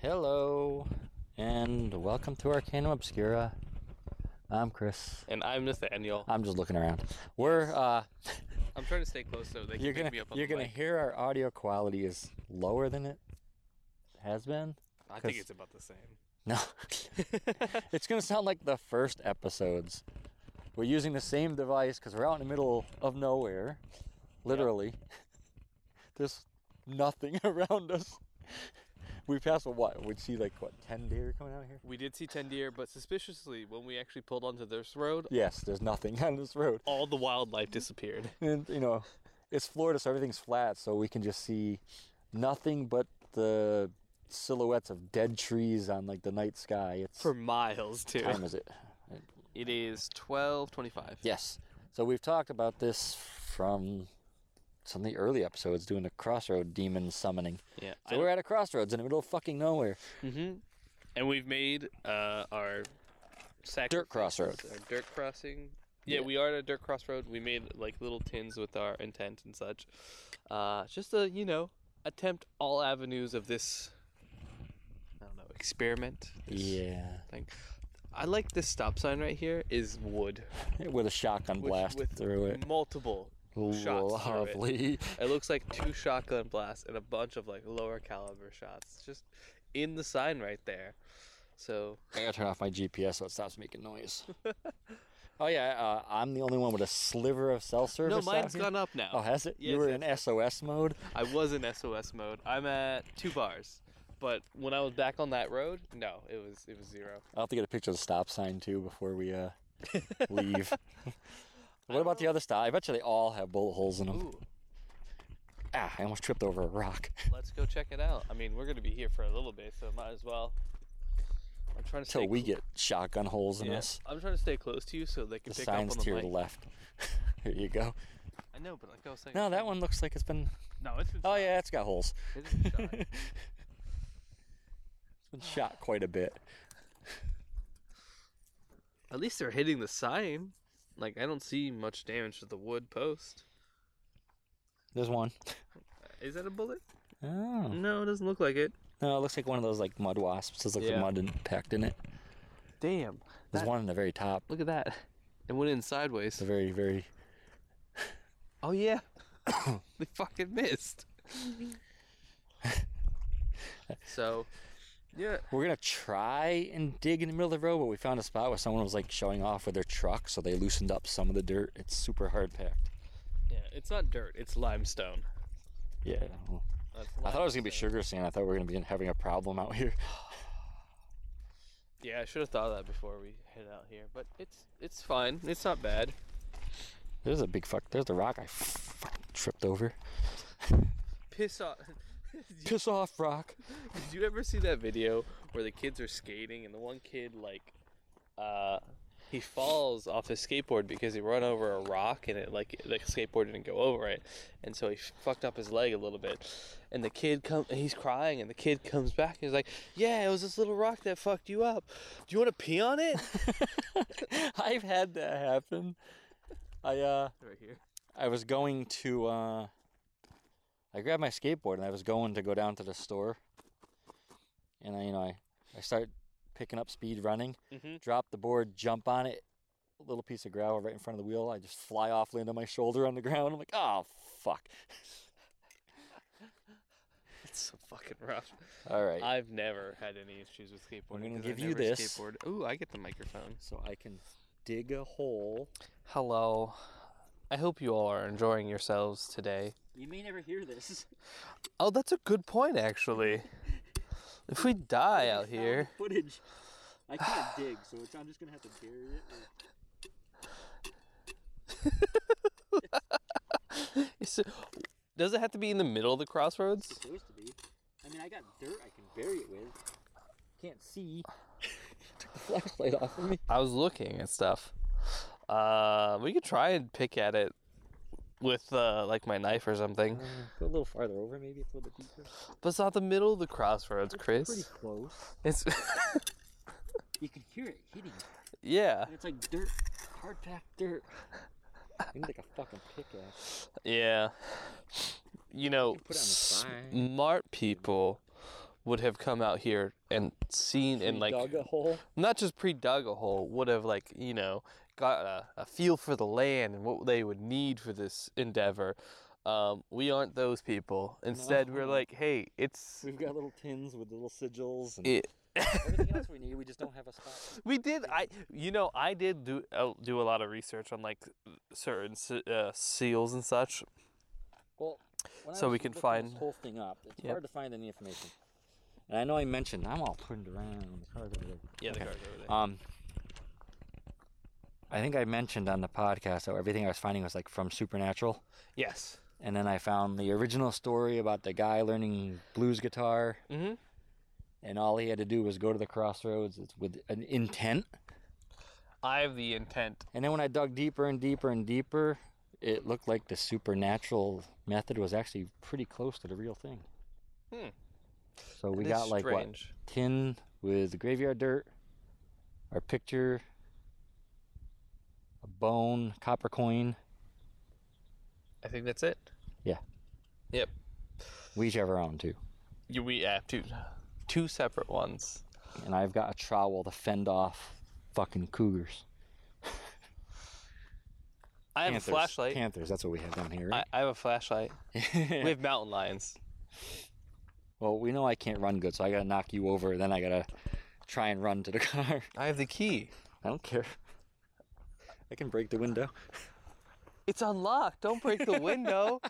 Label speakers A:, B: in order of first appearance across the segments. A: Hello, and welcome to Arcanum Obscura. I'm Chris.
B: And I'm Nathaniel.
A: I'm just looking around. We're uh,
B: I'm trying to stay close so they can
A: you're
B: pick
A: gonna
B: me up. On
A: you're
B: the
A: gonna
B: mic.
A: hear our audio quality is lower than it has been.
B: I think
A: 'cause-
B: it's about the same.
A: No, it's gonna sound like the first episodes. We're using the same device because we're out in the middle of nowhere, literally. There's nothing around us. We passed a what? We see like what ten deer coming out here.
B: We did see ten deer, but suspiciously, when we actually pulled onto this road,
A: Yes, there's nothing on this road.
B: all the wildlife disappeared.
A: and you know, it's Florida, so everything's flat, so we can just see nothing but the silhouettes of dead trees on like the night sky. It's
B: For miles too.
A: time is it? It-
B: It is twelve twenty-five.
A: Yes. So we've talked about this from some of the early episodes doing the crossroad demon summoning.
B: Yeah.
A: So we're at a crossroads in the middle of fucking nowhere.
B: and we've made uh, our sacrifices,
A: Dirt crossroad.
B: Our dirt crossing.
A: Yeah.
B: Yeah, we are at a dirt crossroad. We made like little tins with our intent and such. Uh, just to you know attempt all avenues of this. I don't know experiment. this
A: Yeah.
B: thing. I like this stop sign right here is wood.
A: With a shotgun
B: With-
A: blast
B: with
A: through it.
B: multiple shots through it.
A: Lovely.
B: It looks like two shotgun blasts and a bunch of like lower caliber shots just in the sign right there. So
A: I gotta turn off my GPS so it stops making noise. oh yeah, uh, I'm the only one with a sliver of cell service.
B: no,
A: out
B: mine's
A: here?
B: gone up now.
A: Oh, has it?
B: Yes,
A: you were
B: yes,
A: in SOS mode.
B: I was in SOS mode. I'm at two bars, but when I was back on that road, no, it was it was zero.
A: I'll have to get a picture of the stop sign too before we uh, leave. what about the other stop? I bet you they all have bullet holes in them.
B: Ooh,
A: Ah, I almost tripped over a rock.
B: let's go check it out. I mean, we're gonna be here for a little bit, so might as well. I'm trying to stay
A: Till we
B: cl-
A: get shotgun holes in
B: Yeah,
A: us.
B: I'm trying to stay close to you so they can
A: The
B: pick up on
A: sign's
B: the
A: to your
B: mic.
A: left. Here you go.
B: I know, but like I was saying,
A: No, that one looks like it's been.
B: No, it's been.
A: Oh yeah, it's got holes.
B: It's been shot.
A: It's been shot quite a bit.
B: At least they're hitting the sign. Like I don't see much damage to the wood post.
A: There's one.
B: Is that a bullet?
A: Oh.
B: No, it doesn't look like it.
A: No, it looks like one of those like mud wasps. It's like the
B: Yeah.
A: mud and packed in it.
B: Damn.
A: There's one in the very top.
B: Look at that. It went in sideways.
A: The very, very.
B: Oh yeah. they fucking missed. so, yeah.
A: We're gonna try and dig in the middle of the road, but we found a spot where someone was like showing off with their truck, so they loosened up some of the dirt. It's super hard packed.
B: Yeah, it's not dirt. It's limestone.
A: Yeah. I don't know. I thought it was gonna be sugar sand. I thought we were gonna be having a problem out here.
B: Yeah, I should have thought of that before we head out here, but it's it's fine. It's not bad.
A: There's a big fuck. There's the rock I fucking tripped over.
B: Piss off.
A: Piss off, rock.
B: Did you ever see that video where the kids are skating and the one kid like uh he falls off his skateboard because he run over a rock and it like the skateboard didn't go over it and so he fucked up his leg a little bit and the kid come and he's crying and the kid comes back and he's like yeah it was this little rock that fucked you up do you want to pee on it
A: I've had that happen. I uh.
B: right here
A: I was going to uh I grabbed my skateboard and I was going to go down to the store. And I you know I, I start picking up speed running,
B: Mhm.
A: drop the board, jump on it, little piece of gravel right in front of the wheel, I just fly off, land on my shoulder on the ground. I'm like, oh fuck.
B: it's so fucking rough
A: All right.
B: i've never had any issues with skateboarding
A: gonna
B: 'cause I
A: give you
B: never
A: this.
B: skateboard ooh i get the microphone
A: so I can dig a hole.
B: Hello. I hope you all are enjoying yourselves today.
A: You may never hear this.
B: Oh, that's a good point, actually. If we die out here,
A: Footage. I can't dig, so it's, I'm just gonna have to bury it.
B: Is it- does it have to be in the middle of the crossroads?
A: supposed to be. I mean, I got dirt I can bury it with. Can't see. Took the flashlight off of me.
B: I was looking and stuff. Uh, we could try and pick at it with uh, like my knife or something,
A: Go a little farther over, maybe it's a little bit deeper.
B: but Uh, it's not the middle of the crossroads,
A: Pretty
B: Chris.
A: close.
B: It's
A: You can hear it hitting.
B: yeah,
A: It's like dirt, hard packed dirt. I need like a fucking pickaxe.
B: yeah. You know,
A: it on the side.
B: smart people would have come out here and seen and like
A: dug a hole.
B: not just pre-dug a hole would have like you know got a, a feel for the land and what they would need for this endeavor um, we aren't those people instead we're
A: No.
B: like hey it's
A: We've got little tins with little sigils and
B: it,
A: everything else we need. We just don't have a spot.
B: we did i you know i did do uh, do a lot of research on like certain se- uh, seals and such
A: Well, when I
B: So
A: was
B: we can
A: looking this
B: find-
A: whole thing up. It's
B: Yep.
A: hard to find any information. And I know I mentioned I'm all turned around. It's hard to really-
B: yeah the
A: Okay.
B: cards over there
A: Um, I think I mentioned on the podcast how everything I was finding was like from Supernatural,
B: yes
A: and then I found the original story about the guy learning blues guitar,
B: mm-hmm
A: and all he had to do was go to the crossroads it's with an intent.
B: i have the intent
A: And then when I dug deeper and deeper and deeper, it looked like the supernatural method was actually pretty close to the real thing.
B: Hmm.
A: So we
B: It is
A: got like what
B: strange.
A: tin with graveyard dirt, our picture, a bone, copper coin.
B: i think that's it
A: Yeah.
B: yep
A: We each have our own too.
B: you we have two two separate ones
A: And I've got a trowel to fend off fucking cougars.
B: i have
A: Panthers.
B: a flashlight
A: Panthers, that's what we have down here,
B: I,
A: right?
B: I have a flashlight we have mountain lions
A: well, we know I can't run good, so I gotta knock you over, then I gotta try and run to the car.
B: i have the key
A: I don't care. I can break the window.
B: It's unlocked. Don't break the window.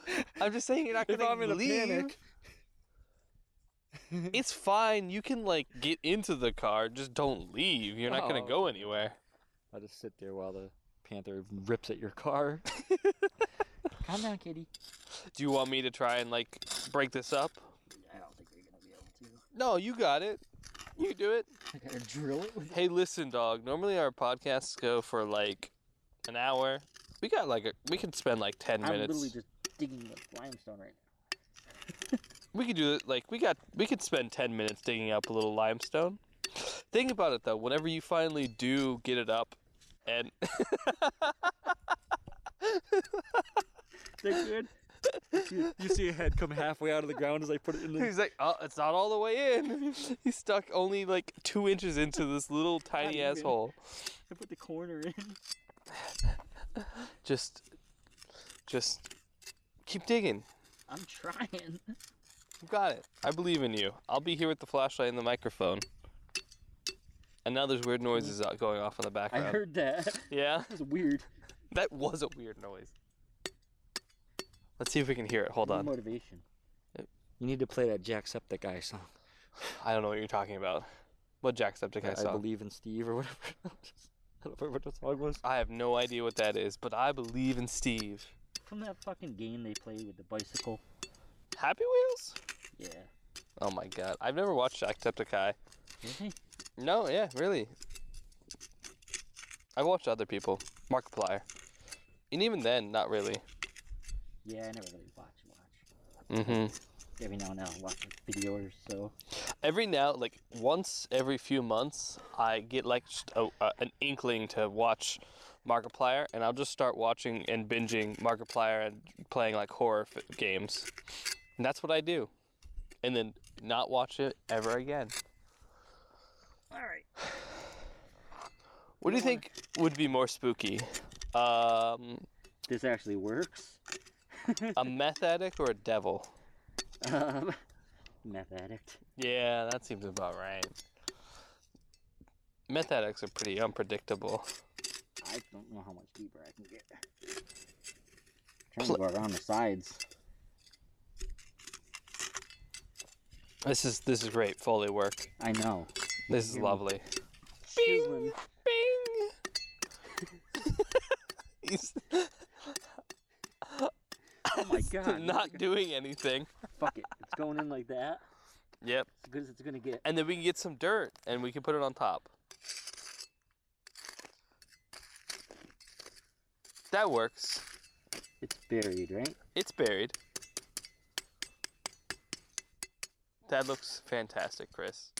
B: I'm just saying you're not
A: If
B: gonna
A: I'm in a
B: leave.
A: panic.
B: it's fine. You can like get into the car. Just don't leave. You're not gonna
A: Oh,
B: go anywhere.
A: I'll just sit there while the panther rips at your car. Calm down, kitty.
B: Do you want me to try and like break this up?
A: I don't think they're gonna be able
B: No, you got it. You do it.
A: to. I gotta drill it with.
B: Hey, listen, dog. Normally our podcasts go for like an hour. We got like a, we could spend like 10 minutes.
A: just digging the limestone right
B: We could do it like we got we could spend 10 minutes digging up a little limestone. Think about it though, whenever you finally do get it up and
A: now. They're good. You, you see a head come halfway out of the ground as I put it in the.
B: he's like, "Oh, it's not all the way in." He's stuck only like 2 inches into this little tiny
A: even.
B: asshole.
A: I put the corner in.
B: Just just keep digging.
A: I'm trying.
B: You got it. I believe in you. I'll be here with the flashlight and the microphone. And now there's weird noises out- going off in the
A: I
B: background.
A: heard that. That
B: yeah.
A: was weird.
B: That was a weird noise. Let's see if we can hear it. Hold on.
A: Motivation. You need to play that Jacksepticeye song.
B: I don't know what you're talking about. What Jacksepticeye
A: I,
B: song?
A: believe in Steve or whatever. I don't remember what the song was.
B: I have no idea what that is, but I believe in Steve.
A: From that fucking game they play with the bicycle.
B: Happy Wheels?
A: Yeah.
B: Oh my god. I've never watched Jacksepticeye. No, yeah, really. I watched other people. Markiplier. And even then, not really.
A: Yeah, I never really watch watch.
B: hmm
A: Every now and then I'll watch a video or so.
B: Every now, like once every few months, I get like just a, a, an inkling to watch Markiplier, and I'll just start watching and binging Markiplier and playing like horror f- games. And that's what I do, and then not watch it ever again.
A: Alright.
B: What do you think would be more spooky, um,
A: This actually works.
B: a meth addict or a devil?
A: Um, meth addict.
B: Yeah, that seems about right. Meth addicts are pretty unpredictable.
A: I don't know how much deeper I can get. trying to go around the sides.
B: This is this is great Foley work.
A: I know.
B: This is
A: Yeah.
B: lovely.
A: Chiseling.
B: Bing! He's
A: Oh my god.
B: not doing anything.
A: Fuck it. It's going in like that.
B: Yep.
A: As good as it's gonna get.
B: And then we can get some dirt and we can put it on top. That works.
A: It's buried, right?
B: It's buried. That looks fantastic, Chris.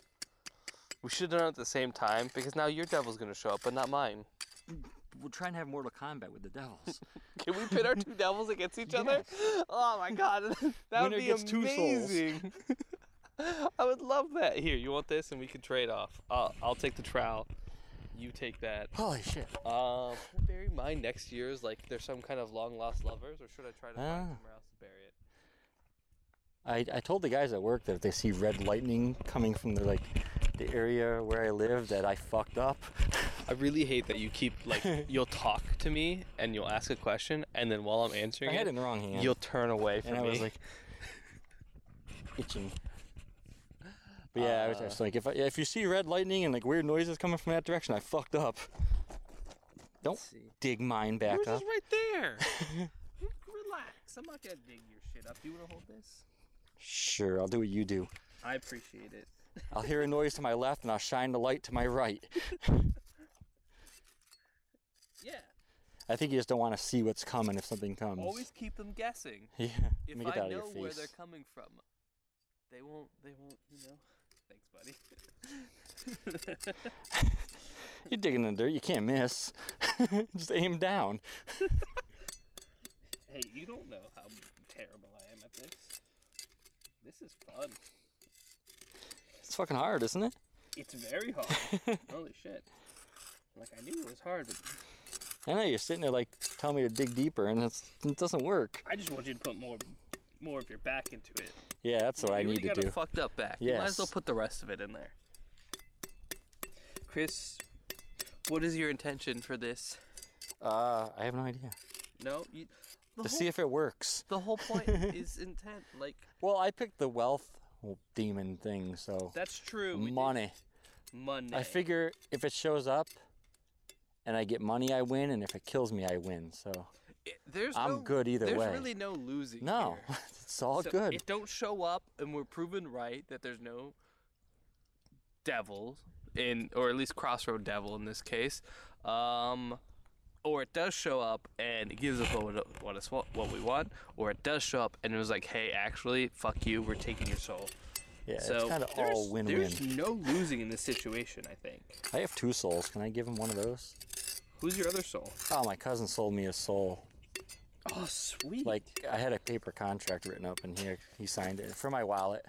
B: We should have done it at the same time because now your devil's gonna show up, but not mine.
A: We'll try and have Mortal Kombat with the devils.
B: Can we pit our two devils against each other? Oh my god, that
A: Winner
B: would be
A: gets two souls.
B: amazing. I would love that. Here, you want this, and we can trade off. I'll, I'll take the trowel. You take that.
A: Holy shit.
B: Um, can I bury mine next year's like there's some kind of long lost lovers, or should I try to
A: Ah.
B: find somewhere else to bury it?
A: I, I told the guys at work that if they see red lightning coming from the like the area where I live that I fucked up.
B: I really hate that you keep like you'll talk to me and you'll ask a question, and then while I'm answering
A: I had
B: it,
A: it in the wrong hand.
B: you'll turn away from
A: and I
B: me.
A: was like itching. But yeah,
B: Uh.
A: I was just like, if I, if you see red lightning and like weird noises coming from that direction, I fucked up. Don't
B: see.
A: dig mine back up.
B: right there. Relax. I'm not gonna dig your shit up. Do you wanna hold this?
A: Sure, I'll do what you do.
B: I appreciate it.
A: I'll hear a noise to my left and I'll shine the light to my right.
B: Yeah.
A: I think you just don't want to see what's coming if something comes.
B: Always keep them guessing.
A: Yeah.
B: If
A: Let me get that
B: I
A: out
B: know
A: of your
B: where they're
A: face.
B: coming from, they won't. They won't. You know. Thanks, buddy.
A: You're digging in the dirt. You can't miss. Just aim down.
B: Hey, you don't know how terrible I am at this. This is fun.
A: It's fucking hard, isn't it?
B: It's very hard. Holy shit. Like I knew it was hard, but
A: I know you're sitting there like telling me to dig deeper, and it's, it doesn't work.
B: I just want you to put more, more of your back into it.
A: Yeah, that's what I
B: you
A: need
B: already
A: to
B: got
A: do.
B: a fucked up back. You might as well
A: Yes.
B: put the rest of it in there. Chris, what is your intention for this?
A: uh, I have no idea.
B: No, you, the,
A: To
B: whole,
A: see if it works.
B: the whole point is intent. Like
A: Well, I picked the wealth demon thing, so
B: that's true. we did
A: money.
B: Money.
A: I figure if it shows up and I get money, I win, and if it kills me, I win. So
B: It- there's
A: I'm
B: no-
A: good either
B: there's
A: way.
B: really no losing.
A: no,
B: here.
A: it's all
B: So
A: Oh, good.
B: If don't show up and we're proven right that there's no devil in, or at least crossroad devil in this case, um, or it does show up and it gives us what, we- what us what, what we want, or it does show up and it was like, hey, actually, fuck you, we're taking your soul.
A: yeah,
B: So
A: it's kind of
B: there's-
A: all win-win.
B: There's no losing in this situation. I think.
A: I have two souls. Can I give him one of those?
B: Who's your other soul?
A: Oh, my cousin sold me a soul.
B: Oh, sweet.
A: Like I had a paper contract written up in here. He signed it for my wallet.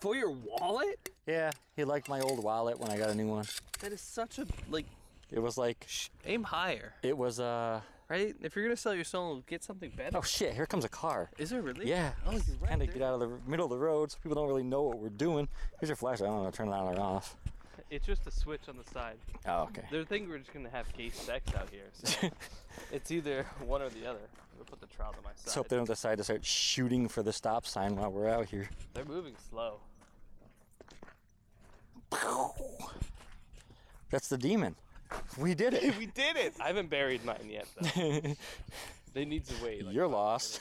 B: for your wallet?
A: Yeah, he liked my old wallet when I got a new one.
B: That is such a like.
A: It was like
B: Sh- aim higher.
A: it was uh
B: right? If you're gonna sell your soul, get something better.
A: oh shit, here comes a car.
B: Is there really?
A: Yeah.
B: Oh, you're right.
A: Kind of
B: there
A: get out of the middle of the road so people don't really know what we're doing. Here's your flashlight. I don't know. Turn it on or off.
B: is. It's just a switch on the side.
A: Oh, okay.
B: They're thinking we're just gonna have gay sex out here. So it's either one or the other. We'll put the trowel to my side.
A: Let's hope they don't decide to start shooting for the stop sign while we're out here.
B: They're moving slow.
A: That's the demon. We did it.
B: We did it. I haven't buried mine yet though. they need to wait. Like,
A: You're lost.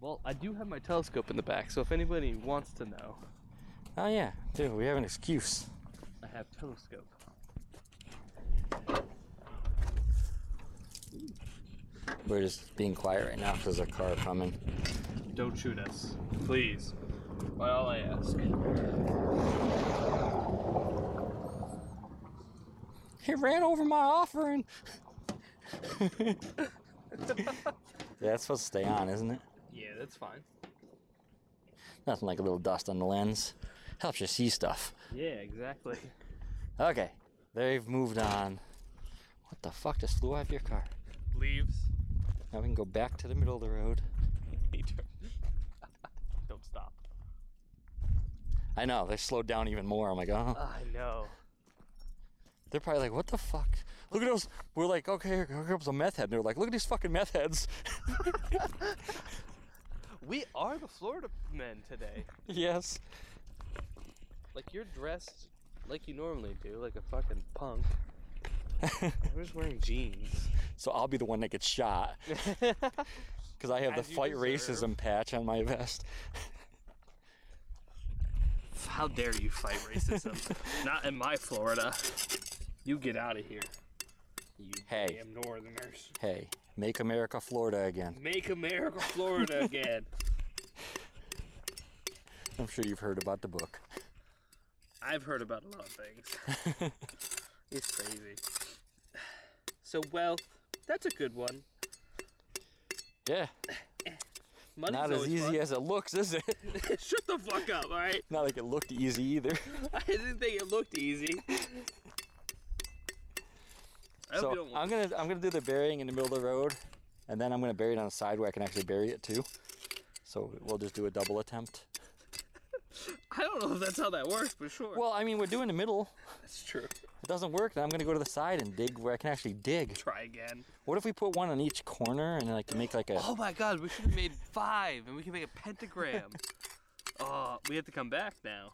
B: well, I do have my telescope in the back, so if anybody wants to know,
A: Oh yeah, dude, we have an excuse.
B: I have telescope.
A: We're just being quiet right now because there's a car coming.
B: Don't shoot us, please. By all I ask.
A: He ran over my offering. yeah, that's supposed to stay on, isn't it?
B: Yeah, that's fine.
A: Nothing like a little dust on the lens. Helps you see stuff.
B: Yeah, exactly.
A: Okay, they've moved on. What the fuck just flew out of your car?
B: Leaves.
A: Now we can go back to the middle of the road.
B: Don't stop.
A: I know, they slowed down even more. I'm like, oh.
B: I know.
A: They're probably like, what the fuck? Look at those. We're like, okay, here comes a meth head. And they're like, look at these fucking meth heads.
B: We are the Florida men today.
A: yes.
B: Like you're dressed like you normally do, like a fucking punk. We're just wearing jeans.
A: So I'll be the one that gets shot because I have
B: As
A: the
B: you
A: fight
B: deserve.
A: racism patch on my vest.
B: How dare you fight racism? Not in my Florida. You get out of here. You
A: Hey.
B: damn Northerners.
A: Hey, make America Florida again.
B: Make America Florida again.
A: I'm sure you've heard about the book.
B: I've heard about a lot of things. it's crazy. So, well, that's a good one.
A: Yeah.
B: Money's
A: Not as
B: always
A: easy
B: fun.
A: as it looks, is it?
B: Shut the fuck up, all right?
A: Not like it looked easy either.
B: I didn't think it looked easy. I hope you
A: so
B: don't
A: I'm
B: want
A: gonna I'm gonna do the burying in the middle of the road, and then I'm gonna bury it on a side where I can actually bury it too. So we'll just do a double attempt.
B: I don't know if that's how that works, but sure.
A: Well, I mean we're doing the middle.
B: that's true.
A: If it doesn't work, then I'm gonna go to the side and dig where I can actually dig.
B: Try again.
A: What if we put one on each corner and like make like a
B: Oh my god, we should have made five and we can make a pentagram. oh, we have to come back now.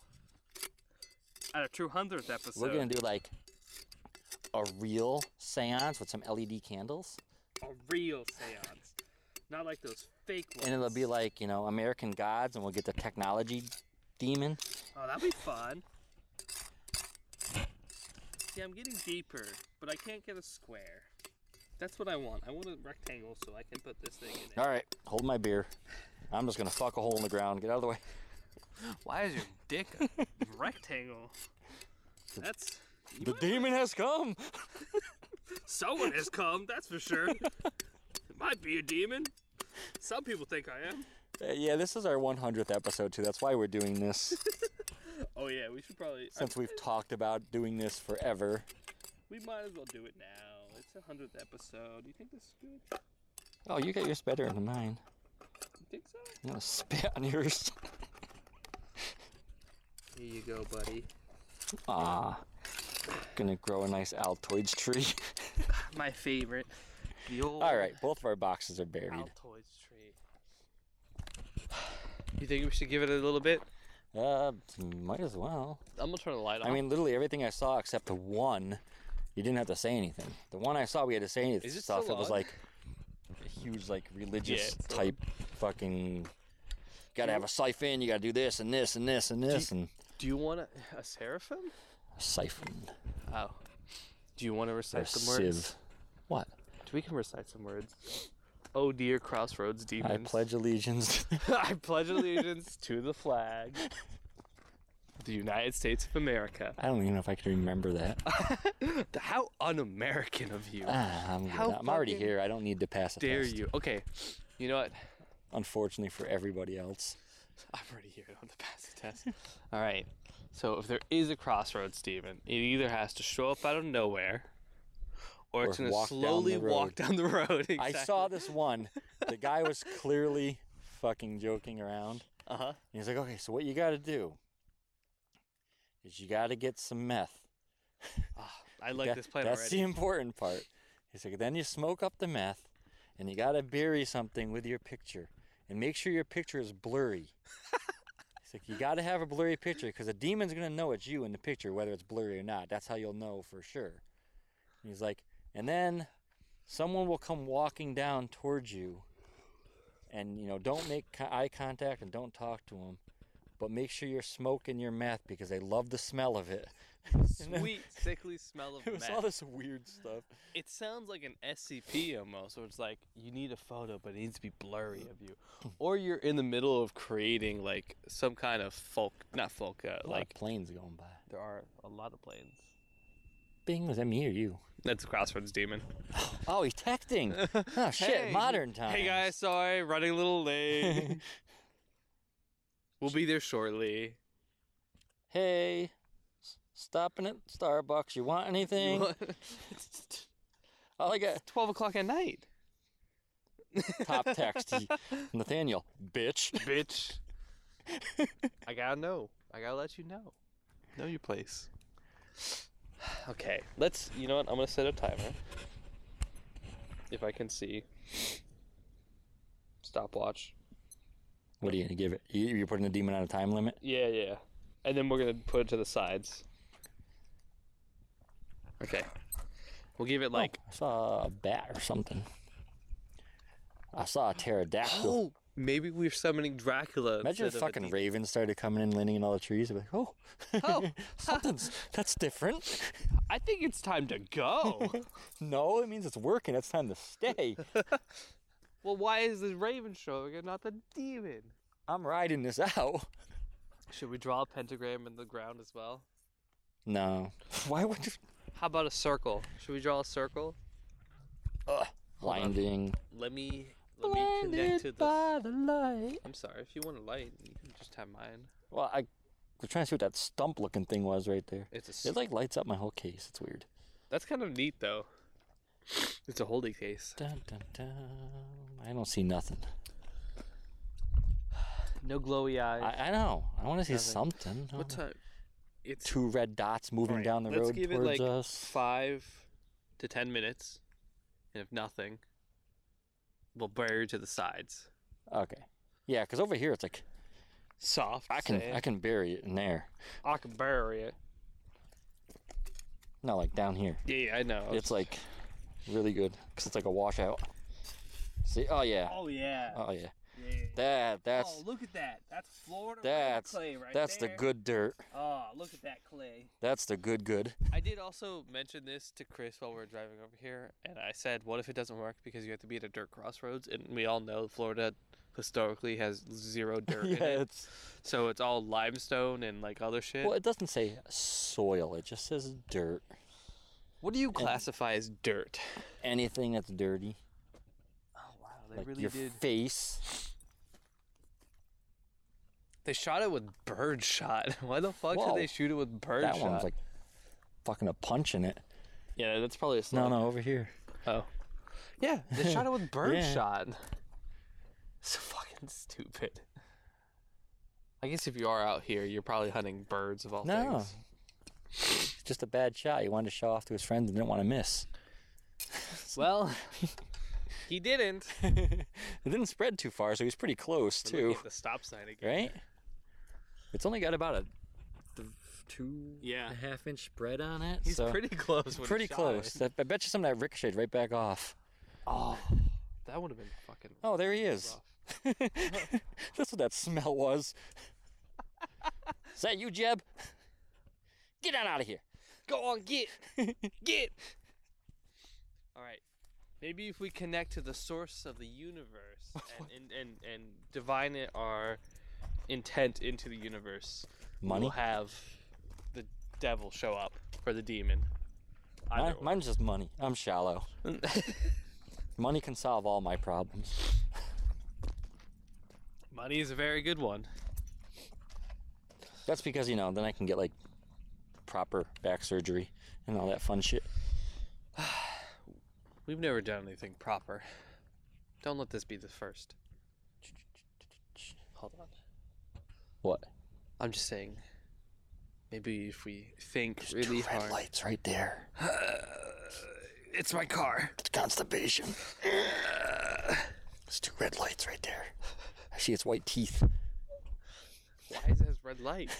B: At a true hundredth episode.
A: we're gonna do like a real seance with some LED candles,
B: a real seance. Not like those fake ones.
A: and it'll be like you know American Gods, and we'll get the technology demon.
B: Oh, that'd be fun. See, I'm getting deeper, but I can't get a square. That's what I want. I want a rectangle so I can put this thing in
A: All right, hold my beer. I'm just gonna fuck a hole in the ground. Get out of the way.
B: it. Why is your dick a rectangle? That's. you
A: The
B: might-
A: demon has come.
B: Someone has come, that's for sure. it might be a demon. Some people think I am.
A: Uh, yeah, this is our 100th episode too. That's why we're doing this.
B: Oh, yeah, we should probably.
A: Since we've talked about doing this forever,
B: We might as well do it now. It's a 100th episode. Do you think this is good?
A: oh, you got yours better than mine.
B: You think so?
A: I'm gonna spit on yours.
B: Here you go, buddy.
A: Ah, gonna grow a nice Altoids tree.
B: My favorite. The old
A: All right, both of our boxes are buried.
B: Altoids tree. You think we should give it a little bit?
A: Uh, might as well.
B: I'm gonna turn the light on.
A: I mean, literally everything I saw except one, you didn't have to say anything. The one I saw, we had to say anything.
B: Is it
A: stuff.
B: still
A: It was
B: on?
A: like a huge, like
B: Yeah,
A: religious
B: it's still
A: type fucking. Gotta have a siphon. You gotta do this and this and this and this and
B: do you want a, a seraphim?
A: a siphon
B: Oh. Do you want to
A: or
B: recite some words?
A: sieve. What?
B: We can recite some words. Oh dear, crossroads demons.
A: I pledge allegiance.
B: I pledge allegiance to the flag. of The United States of America.
A: I don't even know if I can remember that.
B: How un-American of you!
A: Ah, I'm, good.
B: How
A: I'm already
B: fucking
A: here. I don't need to pass a
B: Dare
A: test.
B: you? Okay, you know what?
A: Unfortunately for everybody else.
B: I'm already here. I don't have to pass the test. All right. So if there is a crossroads, Steven, it either has to show up out of nowhere, or it's
A: Or
B: gonna
A: walk down the
B: slowly walk
A: road.
B: down the road.
A: I
B: Exactly.
A: saw this one. The guy was clearly fucking joking around.
B: Uh huh.
A: And he's like, okay, so what you got to do is you got to get some meth.
B: I like
A: That-
B: this plan
A: that's
B: already.
A: the important part. He's like, then you smoke up the meth and you got to bury something with your picture and make sure your picture is blurry. He's like, you got to have a blurry picture because the demon's going to know it's you in the picture, whether it's blurry or not. That's how you'll know for sure. And he's like, and then someone will come walking down towards you and, you know, don't make co- eye contact and don't talk to him. But make sure you're smoking your meth because they love the smell of it. then-
B: Sweet, sickly smell of
A: It was
B: meth.
A: all this weird stuff.
B: It sounds like an SCP almost, where it's like you need a photo, but it needs to be blurry of you, or you're in the middle of creating like some kind of folk, not folk, uh,
A: A lot of
B: like
A: planes going by.
B: there are a lot of planes.
A: Bing, was that me or you?
B: That's Crossroads Demon.
A: Oh, he's texting. oh shit,
B: Hey,
A: modern times.
B: Hey guys, sorry, running a little late. we'll be there shortly.
A: Hey, s- stopping at Starbucks. You want anything?
B: it's
A: All I got.
B: twelve o'clock at night,
A: Top text. He- Nathaniel, bitch.
B: bitch. I gotta know. I gotta let you know. Know your place. Okay, let's. You know what? I'm gonna set a timer. If I can see. Stopwatch.
A: What are you gonna give it? You, you're putting the demon on a time limit.
B: Yeah, yeah. And then we're gonna put it to the sides. Okay. We'll give it like
A: Oh, I saw a bat or something. I saw a pterodactyl.
B: Oh, maybe we're summoning Dracula.
A: Imagine if
B: instead of a
A: fucking
B: demon.
A: ravens started coming in, landing in all the trees. I'd be like, oh,
B: Oh.
A: something's that's different.
B: I think it's time to go.
A: No, it means it's working. It's time to stay.
B: well, why is the raven showing and not the demon?
A: I'm riding this out.
B: Should we draw a pentagram in the ground as well?
A: No. Why would you?
B: How about a circle? Should we draw a circle?
A: Ugh. Blinding.
B: Let me Let me connect to the.
A: by the light.
B: I'm sorry. If you want a light, you can just have mine.
A: Well, I was trying to see what that stump looking thing was right there.
B: It's a. s-
A: It like lights up my whole case. It's weird.
B: That's kind of neat though. It's a holding case.
A: Dun, dun, dun. I don't see nothing.
B: No glowy eyes.
A: I, I know. I want to see
B: Nothing.
A: something.
B: what
A: Oh,
B: time? It's
A: Two red dots moving
B: Alright,
A: down the
B: let's
A: road
B: give it,
A: towards
B: like,
A: us.
B: five to ten minutes, and if nothing, we'll bury to the sides.
A: Okay. Yeah, because over here it's like
B: Soft.
A: I can I
B: sand.
A: can bury it in there.
B: I can bury it.
A: No, like down here.
B: Yeah, yeah, I know.
A: It's like really good because it's like a washout. See? Oh yeah.
C: Oh yeah.
A: Oh yeah.
C: yeah.
A: That that's
C: oh, look at that. That's Florida
A: that's
C: clay right
A: that's the
C: there.
A: good dirt.
C: Oh, look at that clay.
A: That's the good good.
B: I did also mention this to Chris while we were driving over here, and I said, "What if it doesn't work because you have to be at a dirt crossroads?" And we all know Florida historically has zero dirt in
A: yeah,
B: it,
A: it's
B: so it's all limestone and like other shit.
A: well. It doesn't say soil. It just says dirt.
B: What do you classify as dirt?
A: Oh, Anything that's dirty,
B: Oh wow, they
A: like
B: really
A: your
B: did.
A: face.
B: They shot it with bird shot. Why the fuck did
A: Whoa.
B: they shoot it with bird
A: that
B: shot?
A: one's like fucking a punch in it.
B: yeah, that's probably a
A: No,
B: slug.
A: no, over here.
B: Oh. Yeah, they shot it with bird
A: Yeah.
B: shot. So fucking stupid. I guess if you are out here, you're probably hunting birds of all
A: No.
B: things.
A: It's just a bad shot. He wanted to show off to his friends and didn't want to miss.
B: Well, he didn't.
A: it didn't spread too far, so he's pretty close too,
B: the stop sign again.
A: right? It's only got about a th- two
B: Yeah.
A: and a half inch spread on it.
B: He's
A: so
B: pretty close. when he
A: pretty
B: shot
A: close.
B: it.
A: That, I bet you some of that ricocheted right back off.
B: Oh, that would have been fucking.
A: Oh, there he is. That's what that smell was. is that you, Jeb? Get on out of here.
B: Go on, get, get. All right. Maybe if we connect to the source of the universe and and and, and divine it our intent into the universe,
A: Money.
B: we'll have the devil show up or the demon.
A: Mine-
B: Either
A: mine's just money. I'm shallow.
B: one.
A: Money can solve all my problems.
B: Money is a very good one.
A: That's because you know then I can get like proper back surgery and all that fun shit.
B: We've never done anything proper. Don't let this be the first. Hold on.
A: What?
B: I'm just saying. Maybe if we think
A: There's
B: really
A: two red
B: hard.
A: lights right there.
B: It's my car.
A: It's constipation. There's two red lights right there. I see its white teeth.
B: Why is it has red light?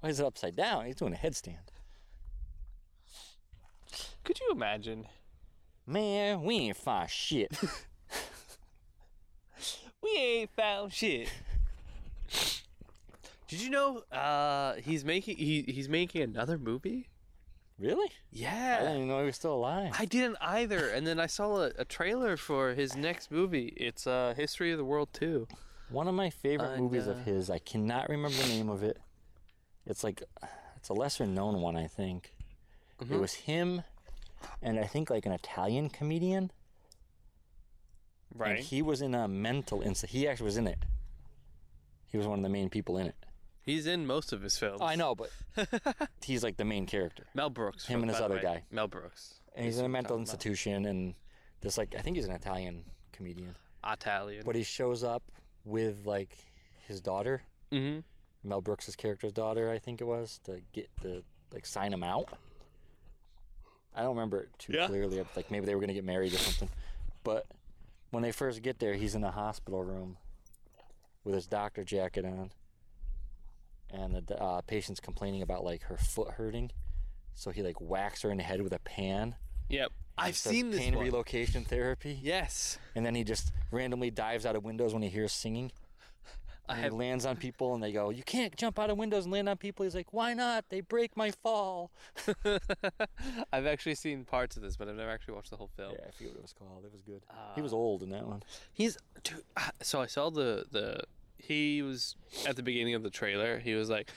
A: Why is it upside down? He's doing a headstand.
B: Could you imagine?
A: Man, we ain't find shit.
B: We ain't found shit. Did you know uh, he's making he, he's making another movie?
A: really? I
B: Yeah.
A: didn't even know he was still alive.
B: I didn't either, and then I saw a, a trailer for his next movie. It's uh, History of the World 2.
A: One of my favorite
B: I
A: movies of
B: know.
A: his. I cannot remember the name of it. It's like it's a lesser known one, I think. It
B: Mhm.
A: was him and I think like an Italian comedian. And he was in a mental insta. He actually was in it. He was one of the main people in it.
B: He's in most of his films.
A: Oh, I know, but he's like the main character.
B: Mel Brooks.
A: Him and
B: by
A: his
B: the
A: other
B: way.
A: guy.
B: Mel Brooks.
A: And he's in a mental
B: talking about.
A: institution and this like I think he's an Italian comedian.
B: Italian.
A: But he shows up with like his daughter,
B: Mm-hmm.
A: Mel Brooks' character's daughter, I think it was, to get the like sign him out. I don't remember it too
B: Yeah.
A: clearly. It's Like maybe they were gonna get married or something. But when they first get there, he's in a hospital room with his doctor jacket on, and the d- uh, patient's complaining about like her foot hurting. So he like whacks her in the head with a pan.
B: Yep. I've
A: Says
B: seen this
A: pain
B: one.
A: relocation therapy.
B: Yes.
A: And then he just randomly dives out of windows when he hears singing.
B: I
A: And he
B: have
A: lands on people and they go, You can't jump out of windows and land on people. He's like, Why not? They break my fall.
B: Oh. I've actually seen parts of this, but I've never actually watched the whole film.
A: Yeah, I forget what it was called. It was good.
B: Uh,
A: he was old in that one.
B: He's dude, ah, so I saw the the he was at the beginning of the trailer. He was like,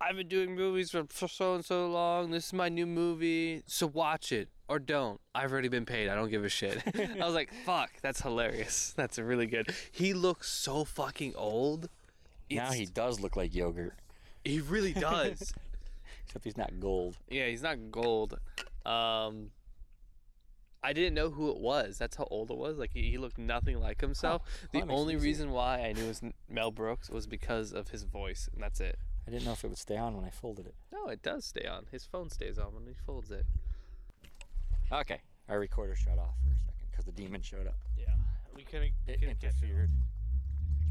B: "I've been doing movies for so and so long. This is my new movie, so watch it. or don't. I've already been paid. I don't give a shit. I was like, fuck, that's hilarious. That's really good. He looks so fucking old.
A: now
B: It's-
A: he does look like yogurt,
B: he really does.
A: except he's not gold.
B: yeah, he's not gold. Um, I didn't know who it was. That's how old it was. Like he, he looked nothing like himself.
A: well,
B: the
A: that makes it
B: only
A: easier.
B: reason why I knew it was N- Mel Brooks was because of his voice, and that's it.
A: I didn't know if it would stay on when I folded it.
B: No, it does stay on. His phone stays on when he folds it.
A: Okay, our recorder shut off for a second because the demon showed up.
B: Yeah, we couldn't,
A: It interfered.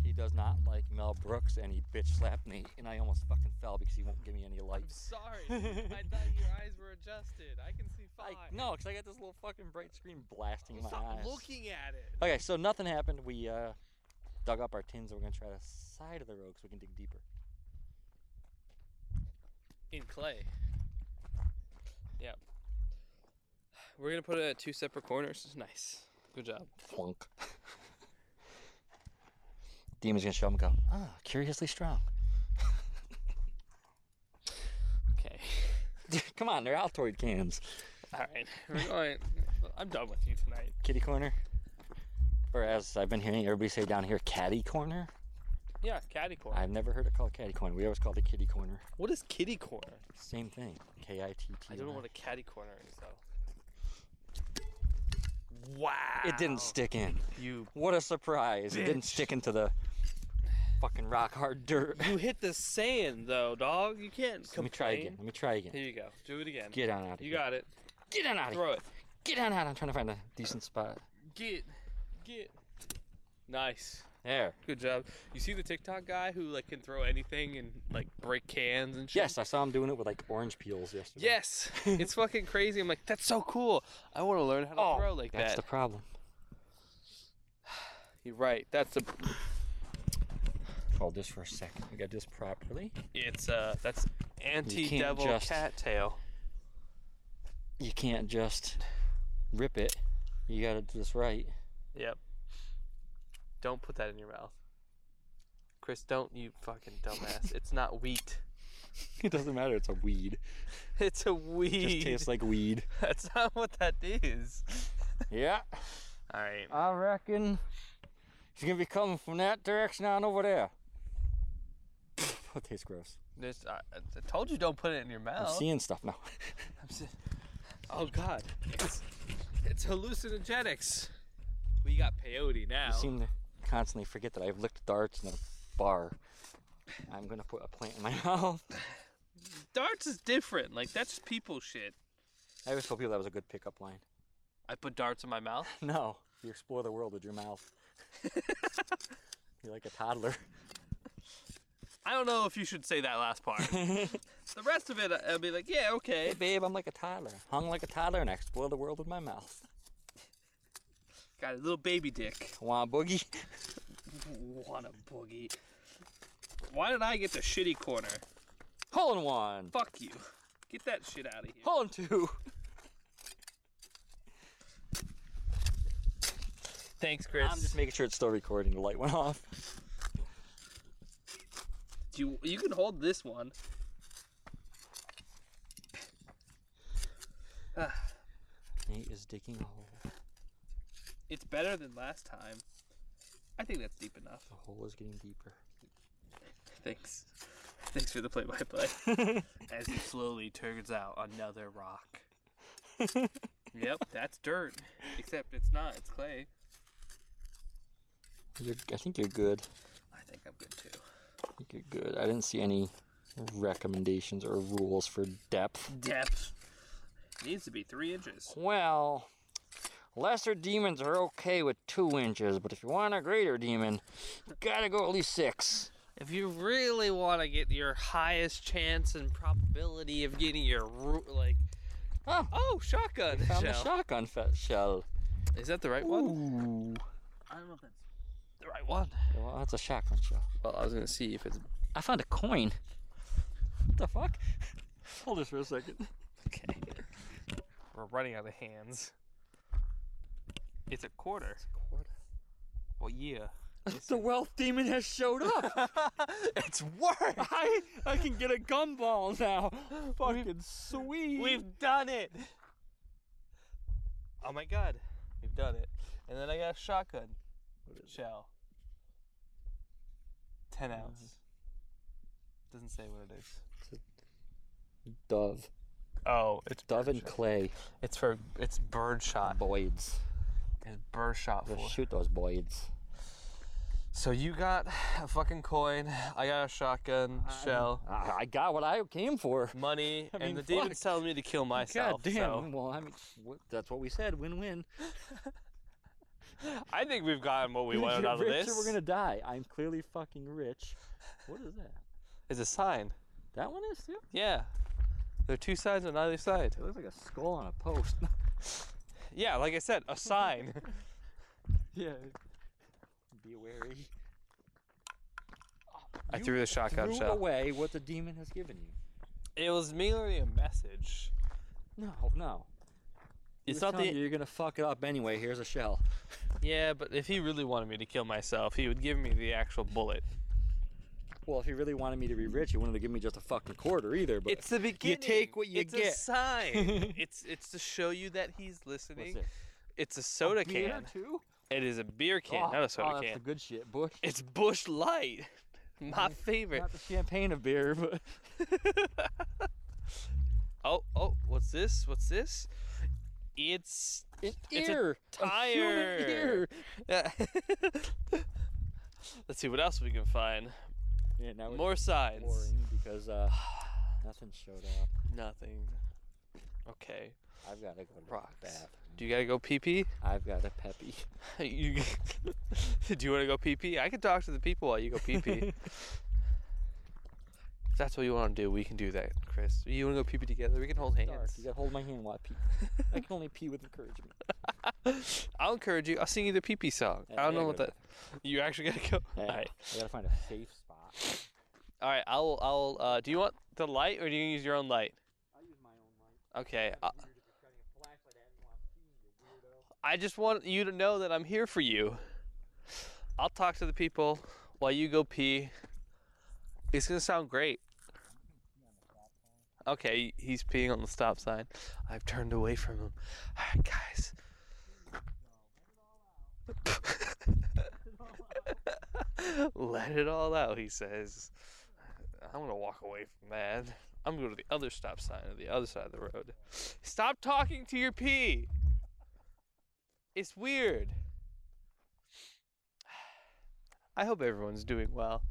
A: He does not like Mel Brooks, and he bitch slapped me, and I almost fucking fell because he won't give me any
B: I'm
A: lights.
B: sorry. I thought your eyes were adjusted. I can see fine.
A: I, no, because I got this little fucking bright screen blasting in my
B: Stop
A: eyes.
B: looking at it.
A: Okay, so nothing happened. We uh, dug up our tins, and we're gonna try the side of the road so we can dig deeper.
B: In clay. Yeah. We're gonna put it at two separate corners. Nice. Good job.
A: Flunk. Demon's gonna show him and go, ah, curiously strong.
B: Okay.
A: Come on, they're Altoid cans.
B: All right. We're going. I'm done with you tonight.
A: Kitty corner. Or as I've been hearing everybody say down here, catty corner.
B: Yeah, catty corner.
A: I've never heard it called catty corner. We always called it kitty corner.
B: What is kitty corner?
A: Same thing. K I T T.
B: I don't know what a catty corner is though. Wow.
A: It didn't stick in.
B: You.
A: What a surprise. It didn't stick into the fucking rock hard dirt.
B: You hit the sand though, dog. You can't.
A: Let me try again. Let me try again.
B: Here you go. Do it again.
A: Get on out of
B: You
A: here.
B: got it.
A: Get on out of here.
B: Throw it.
A: Get on out. I'm trying to find a decent spot.
B: Get. Get. Nice.
A: There.
B: Good job. You see the TikTok guy who like can throw anything and like break cans and shit?
A: Yes, I saw him doing it with like orange peels yesterday.
B: Yes. it's fucking crazy. I'm like, that's so cool. I want to learn how to
A: Oh,
B: throw like
A: That's
B: that.
A: the problem.
B: You're right. That's the.
A: Hold this for a second. We got this properly.
B: It's uh. That's anti-devil
A: just-
B: cattail.
A: You can't just rip it. You gotta do this right.
B: Yep. Don't put that in your mouth. Chris, don't you fucking dumbass. it's not wheat.
A: It doesn't matter. It's a weed.
B: It's a
A: It
B: weed.
A: just tastes like weed.
B: That's not what that is.
A: Yeah.
B: All right.
A: I reckon it's gonna be coming from that direction on over there. That tastes gross.
B: This, uh, I, I told you don't put it in your
A: I'm
B: mouth.
A: seeing stuff now.
B: I'm si- oh God, it's, it's hallucinogenics. We got peyote now.
A: I seem to constantly forget that I've licked darts in a bar. I'm gonna put a plant in my mouth.
B: Darts is different. Like that's just people shit.
A: I always told people that was a good pickup line.
B: I put darts in my mouth.
A: No, you explore the world with your mouth. You're like a toddler.
B: I don't know if you should say that last part. the rest of it, I- I'll be like, yeah, okay.
A: Hey, babe, I'm like a toddler. Hung like a toddler and I explore the world with my mouth.
B: Got a little baby dick.
A: Want a boogie?
B: What a boogie. Why did I get the shitty corner?
A: Hole in one.
B: Fuck you. Get that shit out of here.
A: Hole in two.
B: Thanks, Chris.
A: I'm just making sure it's still recording. The light went off.
B: You you can hold this one.
A: Nate is digging a hole.
B: It's better than last time. I think that's deep enough.
A: The hole is getting deeper.
B: Thanks. Thanks for the play by play. As it slowly turns out another rock. yep, that's dirt. Except it's not, it's clay.
A: You're, I think you're good.
B: I think I'm good too.
A: I think you're good. I didn't see any recommendations or rules for depth.
B: Depth. Needs to be three inches.
A: Well, lesser demons are okay with two inches, but if you want a greater demon, you gotta go at least six.
B: If you really want to get your highest chance and probability of getting your root, like,
A: Oh,
B: oh, shotgun
A: found a
B: shell.
A: shotgun fe- shell.
B: Is that the right one?
A: Ooh.
B: I don't know if that's the right one.
A: Well, that's a shotgun shell.
B: Well, I was gonna see if it's
A: I found a coin. What the fuck? Hold this for a second.
B: okay. We're running out of hands. It's a quarter. Well, yeah.
A: The wealth demon has showed up.
B: it's work.
A: I I can get a gumball now. Fucking sweet.
B: We've done it. oh my god, we've done it. And then I got a shotgun shell. 10
A: Uh-huh.
B: ounce. Doesn't say what it is.
A: Dove.
B: Oh, it's
A: Dove
B: bird
A: and
B: shot.
A: clay.
B: It's for it's bird shot.
A: Boyds.
B: It's bird shot for.
A: Just shoot those boyds.
B: So you got a fucking coin. I got a shotgun shell,
A: I, I got what I came for.
B: money,
A: mean,
B: and the demon's
A: fuck.
B: telling me to kill myself.
A: God damn.
B: so
A: Well, I mean, wh- that's what we said. Win-win.
B: I think we've gotten what we
A: Either
B: wanted
A: get
B: out of
A: rich
B: this.
A: Or we're gonna die. I'm clearly fucking rich. What is that?
B: It's a sign.
A: That one is too.
B: Yeah. There are two signs on either side.
A: It looks like a skull on a post.
B: Yeah, like I said, a sign.
A: yeah. Be wary.
B: I
A: You
B: threw the shotgun
A: Threw
B: shell.
A: away what the demon has given you.
B: It was merely a message.
A: No, no. He
B: It's
A: was
B: not
A: telling
B: the
A: you, you're gonna fuck it up anyway. Here's a shell.
B: Yeah, but if he really wanted me to kill myself, he would give me the actual bullet.
A: Well, if he really wanted me to be rich, he wanted to give me just a fucking quarter either. But
B: the beginning.
A: take what you
B: it's
A: get.
B: It's a sign. it's it's to show you that he's listening.
A: what's it?
B: It's a soda
A: Beer,
B: can.
A: too?
B: It is a beer can,
A: oh,
B: not a soda
A: oh, That's
B: can.
A: the good shit, Bush.
B: It's Bush Light.
A: Mm-hmm.
B: My favorite.
A: Not the champagne of beer, but
B: Oh, oh, what's this? What's this? It's
A: an
B: It's a
A: ear,
B: tire.
A: human ear.
B: Let's see what else we can find.
A: Yeah, now
B: More signs.
A: boring because uh, nothing showed up.
B: Nothing. Okay.
A: I've got to go to
B: Rocks.
A: the bath.
B: Do you gotta go pee pee?
A: I've got a peppy.
B: you, do you want to go pee pee? I can talk to the people while you go pee pee. if that's what you want to do, we can do that, Chris. You want to go pee pee together? We can hold
A: Dark.
B: hands.
A: You got to hold my hand while I pee. I can only pee with encouragement.
B: I'll encourage you. I'll sing you the pee pee song. I don't
A: yeah,
B: know
A: I
B: what that.
A: gotta
B: You actually gotta go. All right.
A: I got to find a safe spot.
B: All right. I'll. I'll. Uh, do you want the light or do you use your own light?
A: I use my own light.
B: Okay. uh, I,
A: Weird if you're shining a flashlight at me while I'm peeing, you weirdo.
B: I just want you to know that I'm here for you. I'll talk to the people while you go pee. It's gonna sound great. Okay, he's peeing on the stop sign. I've turned away from him. All right, guys. Let it all out, he says. I'm gonna walk away from that. I'm gonna go to the other stop sign on the other side of the road. Stop talking to your pee. It's weird. I hope everyone's doing well.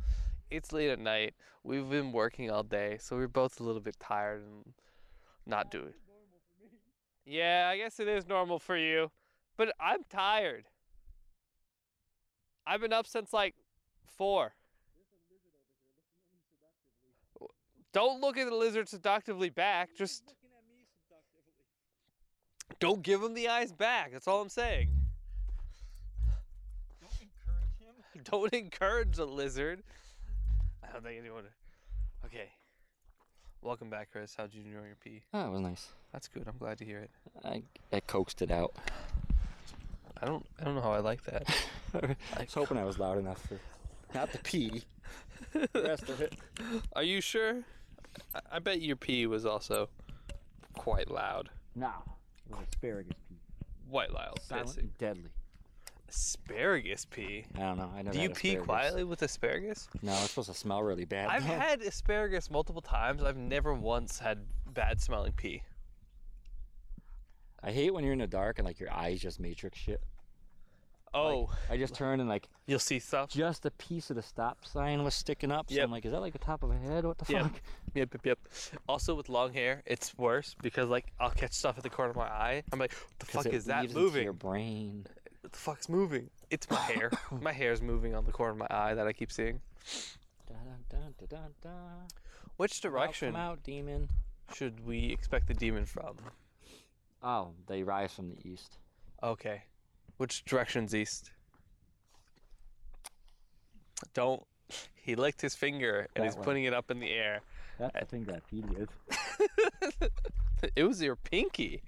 B: It's late at night. We've been working all day, so we're both a little bit tired and not doing. Yeah, I guess it is normal for you, but I'm tired. I've been up since like four. Don't look at the lizard seductively back. Just
C: Looking at me seductively.
B: don't give him the eyes back. That's all I'm saying.
C: Don't encourage him.
B: Don't encourage the lizard. I don't think anyone. Okay. Welcome back, Chris. How'd you enjoy your pee?
A: Oh, that was nice.
B: That's good. I'm glad to hear it.
A: I, I coaxed it out.
B: I don't. I don't know how I like that.
A: I was hoping I was loud enough for not the pee. the rest of it.
B: Are you sure? I, I bet your pee was also quite loud.
A: No. It was asparagus pee.
B: Quite loud.
A: Silent
B: Basic.
A: and deadly.
B: Asparagus pee.
A: I don't know. I never
B: Do you
A: had
B: pee
A: asparagus.
B: quietly with asparagus?
A: No, it's supposed to smell really bad.
B: I've had asparagus multiple times. I've never once had bad smelling pee.
A: I hate when you're in the dark and like your eyes just matrix shit. Like,
B: Oh,
A: I just turned and like
B: you'll see stuff.
A: just a piece of the stop sign was sticking up. So
B: Yep.
A: I'm like, is that like the top of a head? What the
B: Yep.
A: fuck?
B: Yep, yep, yep. Also, with long hair, it's worse because like I'll catch stuff at the corner of my eye. I'm like, what the
A: 'Cause
B: fuck
A: it
B: is that
A: weaves into
B: moving?
A: Your brain.
B: What the fuck's moving? It's my hair. my hair's moving on the corner of my eye that I keep seeing.
A: Dun, dun, dun, dun, dun.
B: Which
A: Come out,
B: direction
A: Come out, demon.
B: should we expect the demon from?
A: Oh, they rise from the east.
B: Okay. Which direction's east? Don't. He licked his finger and
A: That
B: he's
A: way.
B: putting it up in the air.
A: That's the thing that feed with.
B: It was your pinky.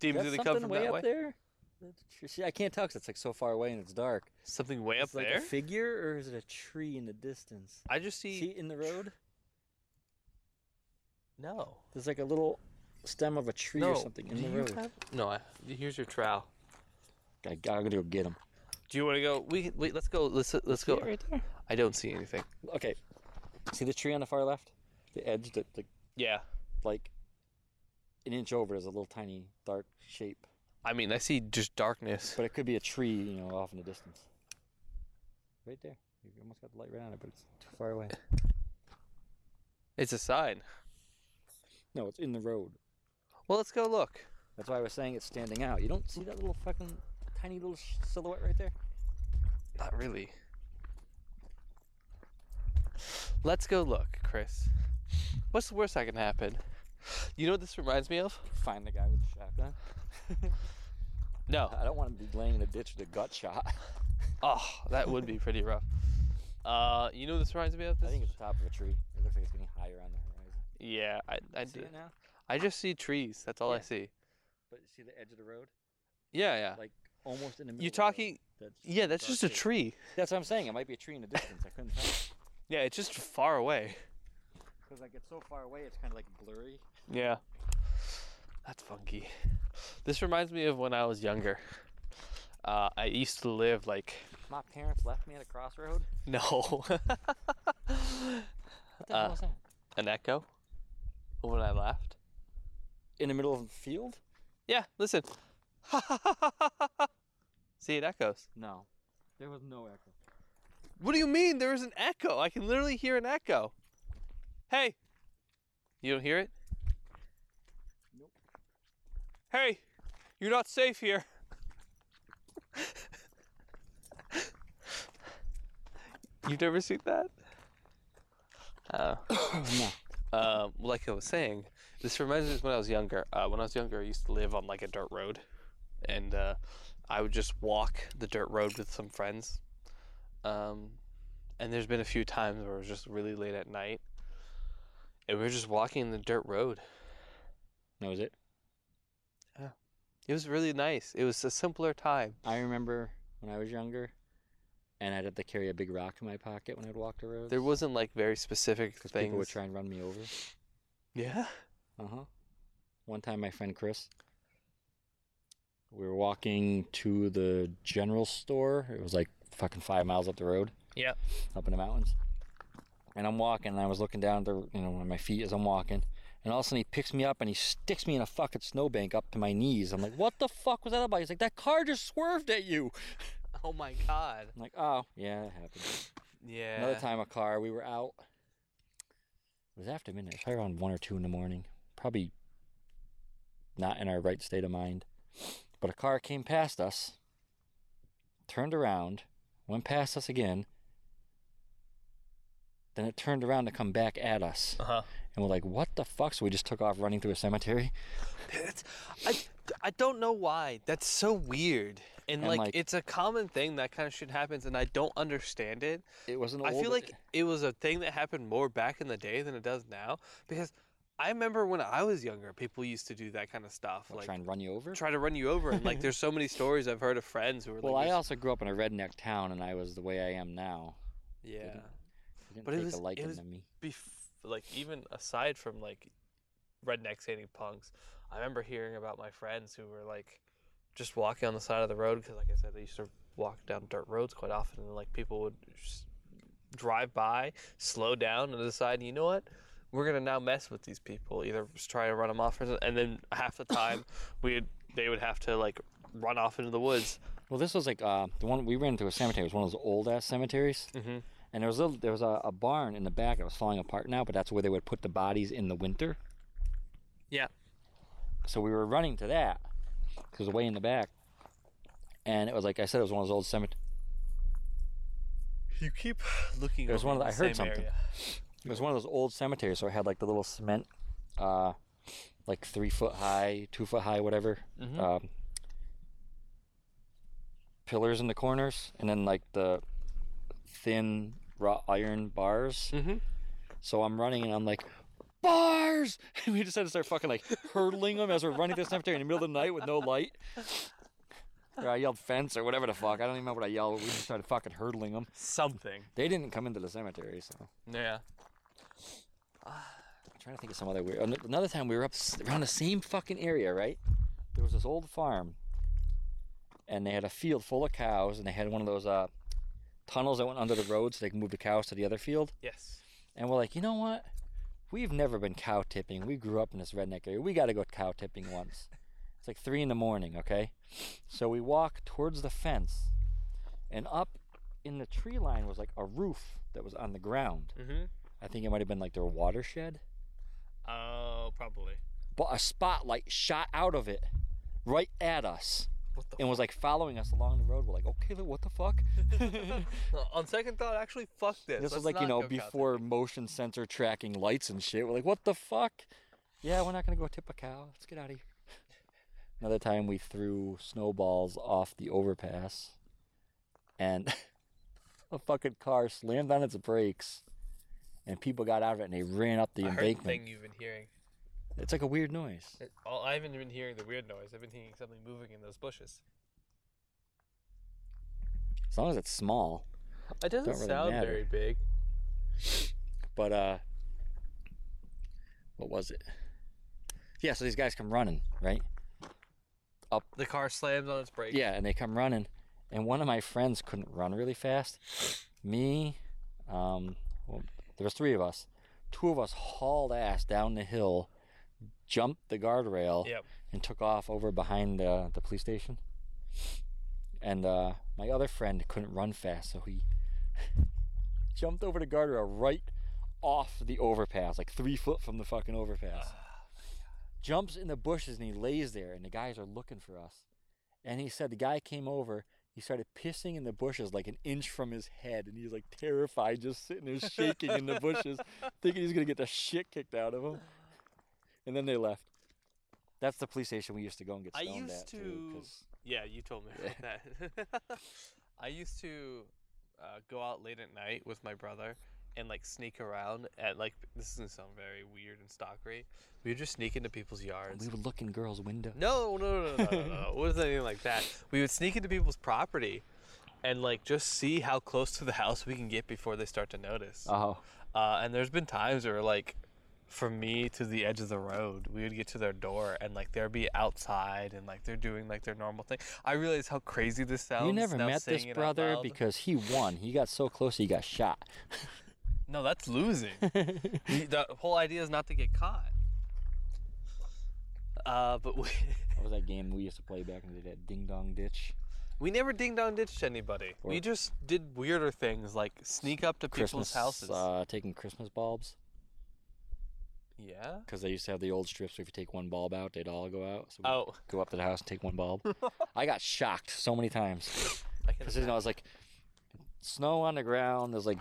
B: Demons
A: That's
B: gonna come
A: something
B: from
A: way
B: that
A: up
B: way.
A: there. That's- See, I can't tell because it's like so far away and it's dark.
B: Something way
A: It's
B: up
A: like
B: there.
A: a figure or is it a tree in the distance?
B: I just
A: See in the road,
B: No.
A: there's like a little stem of a tree or something in
B: do
A: the
B: you
A: road.
B: have- no, I, here's your trowel.
A: I gotta go get him.
B: Do you want to go? We can- wait. Let's go. Let's let's go.
A: there.
B: I don't see anything.
A: Okay. See the tree on the far left? The edge, that the,
B: Yeah.
A: like an inch over is a little tiny dark shape.
B: I mean, I see just darkness.
A: But it could be a tree, you know, off in the distance. Right there. You almost got the light right on it, but it's too far away.
B: It's a sign.
A: No, it's in the road.
B: Well, let's go look.
A: That's why I was saying it's standing out. You don't see that little fucking tiny little sh- silhouette right there?
B: Not really. Let's go look, Chris. What's the worst that can happen? You know what this reminds me of?
A: Find the guy with the shotgun.
B: No.
A: I don't want to be laying in a ditch with a gut shot.
B: Oh, that would be pretty rough. Uh, you know what this reminds me of?
A: I
B: This?
A: think it's the top of a tree. It looks like it's getting higher on the horizon.
B: yeah, I, I
A: see
B: do.
A: it now?
B: I just see trees. That's all I
A: Yeah.
B: see.
A: But you see the edge of the road?
B: Yeah, yeah.
A: Like almost in the middle.
B: you
A: of the road.
B: talking?
A: That's
B: Yeah, that's
A: dark
B: just a
A: shape.
B: tree.
A: That's what I'm saying. It might be a tree in the distance. I couldn't tell.
B: Yeah, it's just far away.
A: Because like it's so far away, it's kind of like blurry.
B: Yeah. That's funky. This reminds me of when I was younger. Uh, I used to live like
A: My parents left me at a crossroad.
B: no.
A: What the
B: Uh,
A: hell was that?
B: An echo. When I laughed.
A: In the middle of the field?
B: Yeah. Listen. See, it echoes.
A: No, there was no echo.
B: What do you mean? There is an echo. I can literally hear an echo. Hey. You don't hear it?
A: Nope.
B: Hey, you're not safe here. You've never seen that? Uh,
A: no.
B: um, like I was saying, this reminds me of when I was younger. Uh, when I was younger, I used to live on like a dirt road, and uh, I would just walk the dirt road with some friends. Um, and there's been a few times where it was just really late at night, and we were just walking the dirt road.
A: That was it.
B: It was really nice. It was a simpler time.
A: I remember when I was younger, and I'd have to carry a big rock in my pocket when I'd walk the road.
B: There wasn't like very specific
A: because
B: things.
A: people would try and run me over.
B: Yeah.
A: Uh huh. One time, my friend Chris, we were walking to the general store. It was like fucking five miles up the road.
B: Yep.
A: Up in the mountains. And I'm walking, and I was looking down at the, you know, on my feet as I'm walking. And all of a sudden, he picks me up and he sticks me in a fucking snowbank up to my knees. I'm like, what the fuck was that about? He's like, that car just swerved at you.
B: Oh my god.
A: I'm like, oh, yeah, it happened.
B: Yeah.
A: Another time, a car. We were out. It was after midnight, probably around one or two in the morning. Probably not in our right state of mind. But a car came past us, turned around, went past us again. Then it turned around to come back at us,
B: Uh huh.
A: and we're like, "What the fuck?" So we just took off running through a cemetery.
B: It's, I, I don't know why. That's so weird. And,
A: And,
B: like,
A: like-
B: it's a common thing that kind of shit happens, and I don't understand it.
A: It wasn't.
B: I feel like it was a thing that happened more back in the day than it does now because I remember when I was younger, people used to do that kind of stuff,
A: What,
B: like
A: try and run you over.
B: try to run you over. And like, there's so many stories I've heard of friends who were
A: well,
B: like,
A: I
B: "There's-"
A: also grew up in a redneck town, and I was the way I am now.
B: yeah,
A: I didn't
B: But it
A: take
B: was-
A: a
B: it
A: liking
B: was
A: to me.
B: bef- like even aside from like rednecks hating punks, I remember hearing about my friends who were like just walking on the side of the road because, like I said, they used to walk down dirt roads quite often, and like people would just drive by, slow down, and decide, you know what, we're gonna now mess with these people, either just try to run them off, or something. and then half the time we would they would have to like run off into the woods.
A: Well, this was like uh, the one we ran into a cemetery. It was one of those old ass cemeteries,
B: Mm-hmm.
A: and there was a, there was a, a barn in the back that was falling apart now. But that's where they would put the bodies in the winter.
B: Yeah.
A: So we were running to that because way in the back, and it was like I said, it was one of those old cemeteries.
B: You keep looking.
A: There's
B: over
A: one
B: in
A: that I heard
B: same
A: something.
B: area.
A: It was one of those old cemeteries, so it had like the little cement, uh, like three foot high, two foot high, whatever,
B: Mhm.
A: um, pillars in the corners, and then like the thin wrought iron bars.
B: Mhm.
A: So I'm running and I'm like, bars! And we just had to start fucking like hurdling them as we're running through the cemetery in the middle of the night with no light. Or I yelled fence or whatever the fuck. I don't even know what I yelled. We just started fucking hurdling them.
B: Something.
A: They didn't come into the cemetery, so
B: Yeah.
A: trying to think of some other weird. an- Another time we were up s- around the same fucking area, right? There was this old farm, and they had a field full of cows, and they had one of those uh, tunnels that went under the road so they could move the cows to the other field.
B: Yes.
A: And we're like, you know what? We've never been cow tipping. We grew up in this redneck area. We got to go cow tipping once. it's like three in the morning, okay? So we walk towards the fence, and up in the tree line was like a roof that was on the ground.
B: Mm-hmm.
A: I think it might have been like their watershed.
B: Oh, probably.
A: but a spotlight shot out of it right at us
B: What the?
A: and was like following us along the road. We're like, okay, look, what the fuck?
B: Well, on second thought, actually, fuck this.
A: this
B: Let's
A: was like, you
B: not
A: know,
B: go cow
A: before motion sensor tracking lights and shit. We're like, what the fuck? Yeah, we're not going to go tip a cow. Let's get out of here. Another time we threw snowballs off the overpass and a fucking car slammed on its brakes and people got out of it and they ran up the
B: tipping. I heard the
A: embankment.
B: thing you've been hearing.
A: It's like a weird noise.
B: It- all, I haven't been hearing the weird noise. I've been hearing something moving in those bushes.
A: As long as it's small.
B: It doesn't
A: really
B: sound
A: matter.
B: very big.
A: But uh what was it? Yeah, so these guys come running, right?
B: The car slams on its brakes.
A: Yeah, and they come running and one of my friends couldn't run really fast. Me, um well, there was three of us. Two of us hauled ass down the hill, jumped the guardrail
B: Yep.
A: and took off over behind the, the police station. And uh, my other friend couldn't run fast, so he jumped over the guardrail right off the overpass, like three foot from the fucking overpass.
B: Ah,
A: Jumps in the bushes and he lays there, and the guys are looking for us. And he said the guy came over. He started pissing in the bushes like an inch from his head, and he's like terrified, just sitting there shaking in the bushes, thinking he's gonna get the shit kicked out of him. And then they left. That's the police station we used to go and get
B: I
A: stoned
B: used
A: at too,
B: to-
A: 'cause-
B: Yeah, you told me about that. I used to uh, go out late at night with my brother and like sneak around at like this is gonna sound very weird and stalkery. We would just sneak into people's
A: and
B: yards.
A: we would look in girls' windows.
B: No, no, no, no, no, no, no. It wasn't anything like that. We would sneak into people's property and like just see how close to the house we can get before they start to notice.
A: Oh,
B: Uh, and there's been times where like from me to the edge of the road, we would get to their door and like there'd be outside and like they're doing like their normal thing. I realize how crazy this sounds.
A: you never
B: now
A: met this
B: saying it out
A: brother
B: loud.
A: because he won. He got so close, he got shot.
B: No, that's losing. You- the whole idea is not to get caught. Uh, but we
A: What was that game we used to play back in the day? That ding dong ditch.
B: we never ding dong ditched anybody. we
A: Or-
B: just did weirder things like sneak up to people's
A: Christmas
B: houses.
A: Uh, taking Christmas bulbs
B: yeah.
A: because they used to have the old strips. Where if you take one bulb out, they'd all go out. So we
B: Oh,
A: go up to the house and take one bulb. I got shocked so many times
B: I can.
A: because you know I was like, snow on the ground. There's like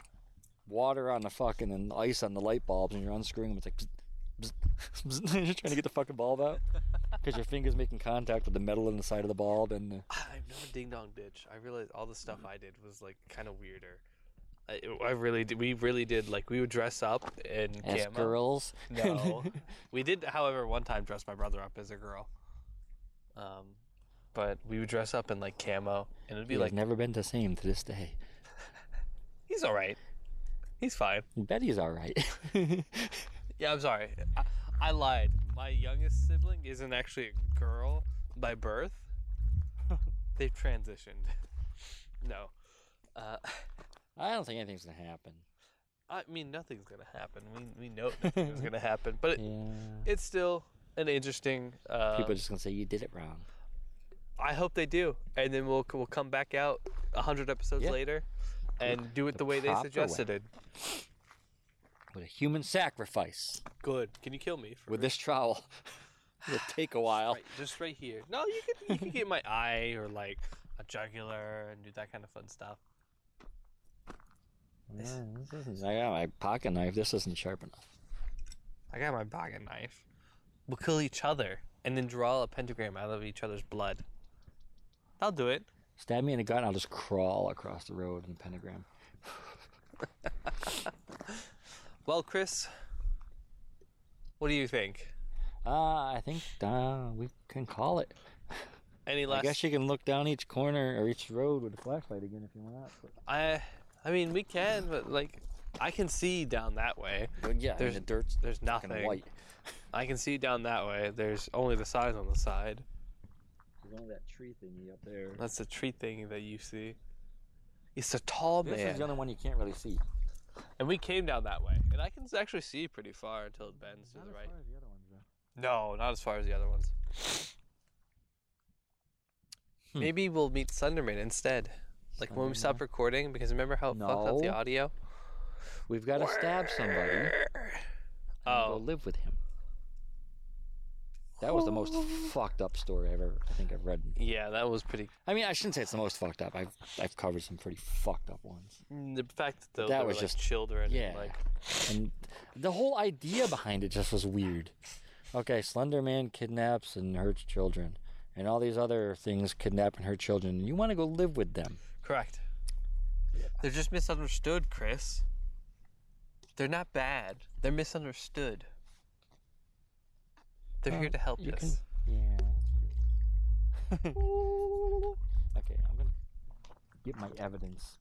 A: water on the fucking and ice on the light bulbs, and you're unscrewing them. It's like. bzz, bzz, bzz, you're trying to get the fucking bulb out because your fingers making contact with the metal in the side of the bulb and the,
B: I've never ding dong ditch. I realized all the stuff I did was like kind of weirder. I, I really did. We really did. Like we would dress up in
A: as
B: camo.
A: girls.
B: No, we did. However, one time dress my brother up as a girl. Um, but we would dress up in like camo, and it'd be
A: He has
B: like
A: never been the same to this day.
B: he's all right. He's fine.
A: Betty's all right.
B: Yeah, I'm sorry. I, I lied. My youngest sibling isn't actually a girl by birth. They've transitioned. No. Uh,
A: I don't think anything's gonna happen.
B: I mean, nothing's gonna happen. We we know nothing's gonna happen, but it,
A: Yeah.
B: it's still an interesting. Uh,
A: People are just gonna say you did it wrong.
B: I hope they do, and then we'll we'll come back out a hundred episodes
A: Yeah.
B: later, and do it the, way they
A: proper
B: suggested it.
A: With a human sacrifice.
B: Good. Can you kill me for
A: With this trowel. It'll take a while.
B: Right, just right here. No, you could you could get my eye or like a jugular and do that kind of fun stuff.
A: Yeah, this isn't- I got my pocket knife. This isn't sharp enough.
B: I got my pocket knife. We'll kill each other and then draw a pentagram out of each other's blood. I'll do it.
A: Stab me in the gut and I'll just crawl across the road in a pentagram.
B: Well, Chris, what do you think?
A: Uh, I think uh, we can call it.
B: Any
A: I
B: last?
A: guess you can look down each corner or each road with a flashlight again if you want. but-
B: I, I mean, we can, but like, I can see down that way.
A: Well, yeah,
B: There's-
A: and the dirt's
B: There's
A: fucking
B: nothing.
A: white.
B: I can see down that way. There's only the signs on the side.
D: There's only that tree thingy up there.
B: That's the tree thing that you see. It's a tall
A: This is
B: man.
A: the only one you can't really see.
B: And we came down that way. And I can s- actually see pretty far until it bends to the right. No, not as far as the other ones.
A: Hmm.
B: Maybe we'll meet Slenderman instead. Like when we stopped recording, because remember how it fucked up the
A: No.
B: audio?
A: We've got to stab somebody and go
B: Oh,
A: live with him. That was the most fucked up story I've ever, I think I've read.
B: yeah, that was pretty.
A: I mean, I shouldn't say it's the most fucked up. I've, I've covered some pretty fucked up ones.
B: mm, The fact that those
A: That
B: were,
A: was
B: like,
A: just-
B: children. and,
A: yeah.
B: like,
A: and the whole idea behind it just was weird. Okay, Slender Man kidnaps and hurts children, and all these other things kidnap and hurt children. And you want to go live with them?
B: correct. They're just misunderstood, Chris. They're not bad. They're misunderstood. They're here
A: Well,
B: to help
A: you
B: us.
A: can- Yeah. okay, I'm gonna get my evidence.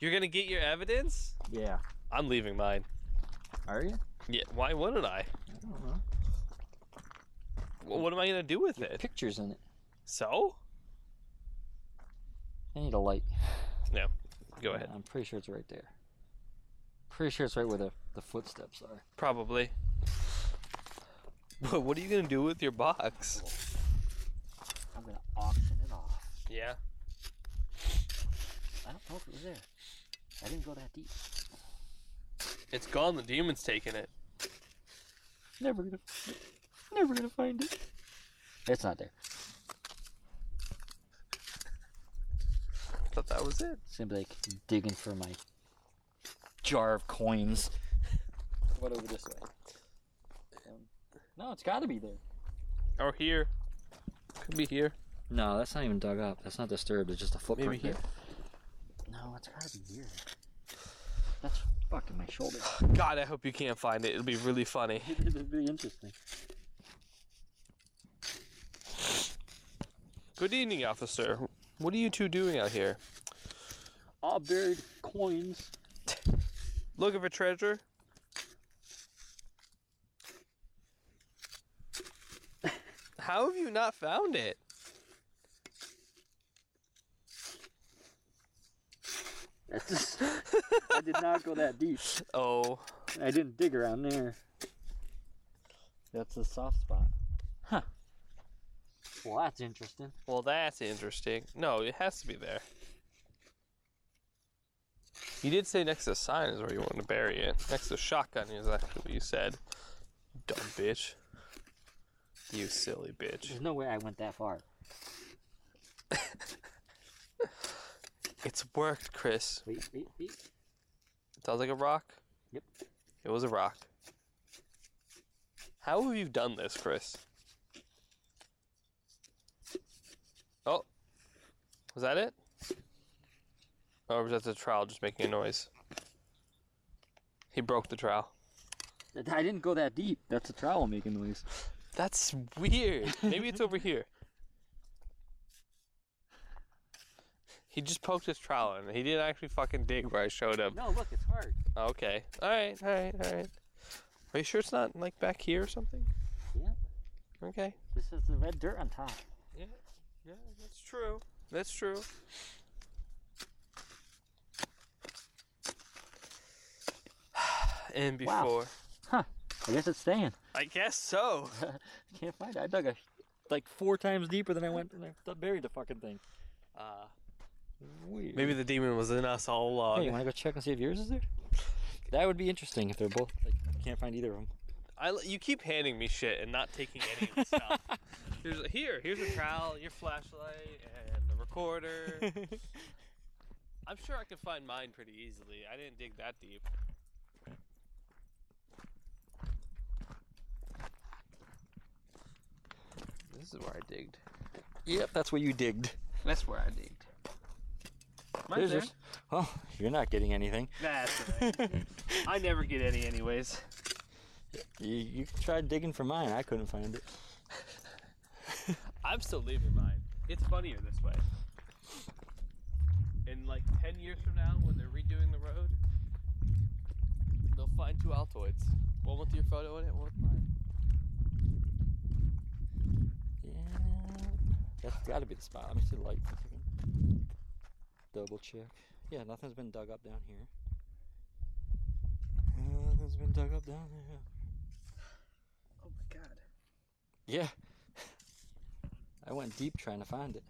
B: You're gonna get your evidence.
D: Yeah.
B: I'm leaving mine.
D: Are you?
B: Yeah. Why wouldn't I?
D: I don't
A: Uh-huh.
D: know.
B: Wh- What am I gonna do with it?
A: Pictures in it.
B: So?
A: I need a light.
B: No. Go ahead.
A: I'm pretty sure it's right there. Pretty sure it's right where the, the footsteps are.
B: Probably. But what are you gonna do with your box?
D: I'm gonna auction it off.
B: Yeah.
D: I don't know if it was there. I didn't go that deep.
B: It's gone. The demon's taking it.
A: Never gonna, never gonna find it.
D: It's not there.
B: I thought that was it.
D: It's gonna be like digging for my jar of coins.
A: What over this way?
D: Um, No, it's gotta be there.
B: Or Oh, here. Could be here.
A: No, that's not even dug up. That's not disturbed. It's just a footprint.
B: Maybe here.
A: there.
D: No, it's gotta be here. That's fucking my shoulder.
B: God, I hope you can't find it. It'll be really funny.
D: It'd be interesting.
B: Good evening, officer. What are you two doing out here?
D: I buried coins.
B: Looking for treasure? How have you not found it?
D: That's just, I did not go that deep.
B: Oh,
D: I didn't dig around there. That's a soft spot. Huh. Well, that's interesting.
B: well, that's interesting. No, it has to be there. You did say next to the sign is where you want to bury it. Next to the shotgun is actually what you said. Dumb bitch. You silly bitch.
D: There's no way I went that far.
B: It's worked, Chris.
D: Wait, wait, wait.
B: Sounds like a rock.
D: Yep.
B: It was a rock. How have you done this, Chris? Oh, was that it? Or was that the trowel just making a noise? He broke the trowel.
D: I didn't go that deep. That's a trowel making noise.
B: That's weird. Maybe it's over here. He just poked his trowel in. He didn't actually fucking dig where I showed him.
D: No, look, it's hard.
B: Okay. All right. All right. All right. Are you sure it's not like back here or something?
D: Yeah.
B: Okay.
D: This has the red dirt on top.
B: Yeah. Yeah. That's true. That's true. and
D: Wow.
B: before.
D: I guess it's staying.
B: I guess so.
D: Can't find it. I dug a like four times deeper than I went. And I buried the fucking thing.
B: Uh,
A: Weird.
B: maybe the demon was in us all along.
A: Hey, you want to go check and see if yours is there? That would be interesting if they're both like can't find either of them.
B: I l you keep handing me shit and not taking any of the stuff. Here's a, here, here's a trowel, your flashlight, and the recorder. I'm sure I can find mine pretty easily. I didn't dig that deep. This is where I digged.
A: Yep, that's where you digged.
B: That's where I digged.
A: There's yours. Oh, you're not getting anything.
B: That's right. I never get any anyways.
A: You, you tried digging for mine. I couldn't find it.
B: I'm still leaving mine. It's funnier this way. In like 10 years from now, when they're redoing the road, find two Altoids. One with your photo in it, one with mine.
A: Yeah. That's got to be the spot. Let me see the light. for a second. Double check. Yeah, nothing's been dug up down here. Nothing's been dug up down there.
E: Oh my god.
A: Yeah. I went deep trying to find it.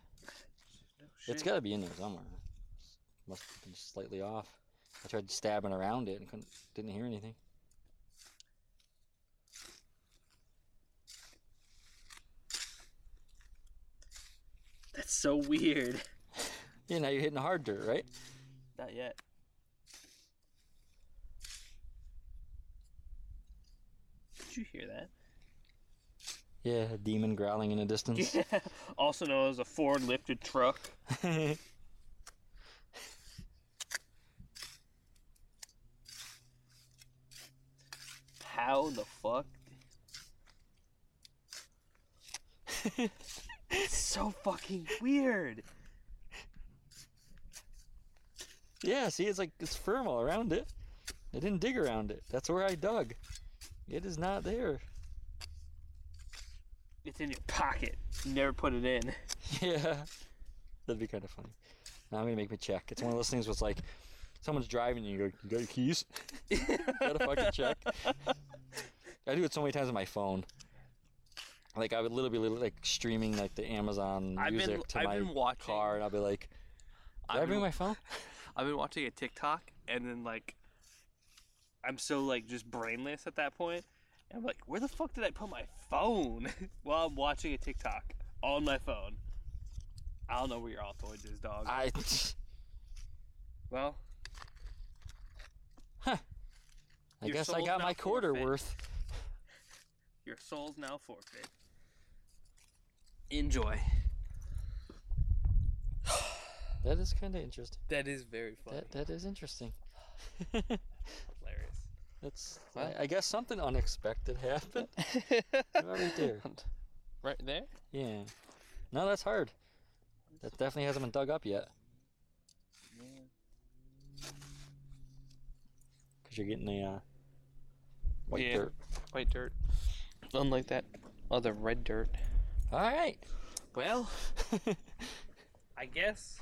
E: No
A: It's
E: shit.
A: got to be in there somewhere. Must have been slightly off. I tried stabbing around it and couldn't, didn't hear anything.
E: That's so weird.
A: Yeah, now you're hitting hard dirt, right?
E: Not yet. Did you hear that?
A: Yeah, a demon growling in the distance.
E: Yeah. Also known as a Ford lifted truck. How the fuck? it's so fucking weird.
A: yeah, see, it's like it's firm all around it. I didn't dig around it. That's where I dug. It is not there.
E: It's in your pocket. You never put it in.
A: Yeah. That'd be kind of funny. Now I'm gonna make me check. It's one of those things where it's like someone's driving you, you go, You got your keys? Gotta fucking check. I do it so many times on my phone. Like I would literally be like streaming like the Amazon
B: I've
A: music
B: been
A: to
B: I've
A: my
B: been watching
A: car and I'll be like, Did I
B: I've
A: bring
B: been,
A: my phone?
B: I've been watching a TikTok
E: and then like I'm so like just brainless at that point. And I'm like, where the fuck did I put my phone while I'm watching a TikTok on my phone? I don't know where your Altoids is, dog.
A: I
E: well,
A: I
E: Your
A: guess I
E: soul's
A: got
E: now
A: my quarter
E: forfeit.
A: worth.
E: your soul's now forfeit. Enjoy.
A: That is kinda interesting.
B: that is very funny.
A: That that is interesting.
B: hilarious.
A: That's I, I guess something unexpected happened. right there.
B: Right there?
A: Yeah. No, that's hard. That definitely hasn't been dug up yet. Because you're getting the uh, white
B: Yeah.
A: dirt.
B: White dirt. Unlike that other red dirt.
A: All right.
E: Well, I guess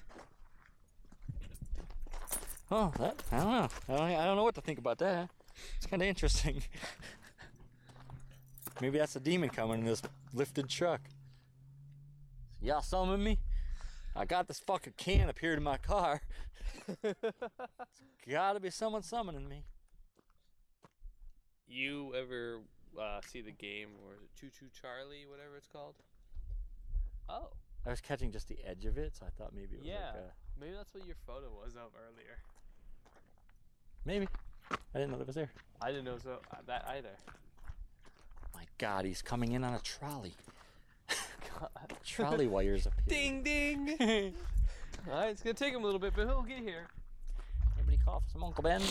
A: Oh, that, I don't know. I don't, I don't know what to think about that. It's kind of interesting. Maybe that's a demon coming in this lifted truck. Y'all summon me? I got this fucking can up here to my car. it's gotta be someone summoning me.
B: You ever uh, see the game or is it Choo Choo Charlie, whatever it's called? Oh,
A: I was catching just the edge of it, so I thought maybe it was
B: Yeah.
A: like uh, a.
B: maybe that's what your photo was of earlier.
A: Maybe. I didn't know that was there.
B: I didn't know so, uh, that either.
A: My God, he's coming in on a trolley. trolley wires up here.
B: Ding ding! Alright, it's gonna take him a little bit, but he'll get here.
A: Anybody call for some Uncle Ben?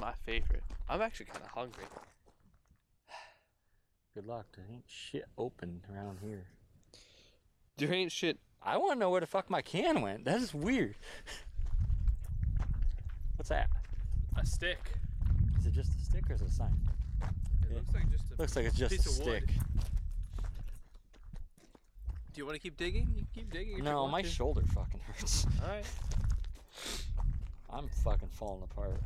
B: My favorite. I'm actually kind of hungry.
A: Good luck. There ain't shit open around here.
B: There ain't shit.
A: I want to know where the fuck my can went. That is weird. What's that?
B: A stick.
A: Is it just a stick or is it a sign?
B: It looks like just a.
A: Looks like it's just
B: Piece
A: a
B: of wood.
A: stick.
B: Do you want to keep digging? You can keep digging. if you
A: No,
B: want
A: my
B: to.
A: shoulder fucking hurts.
B: Alright.
A: I'm fucking falling apart.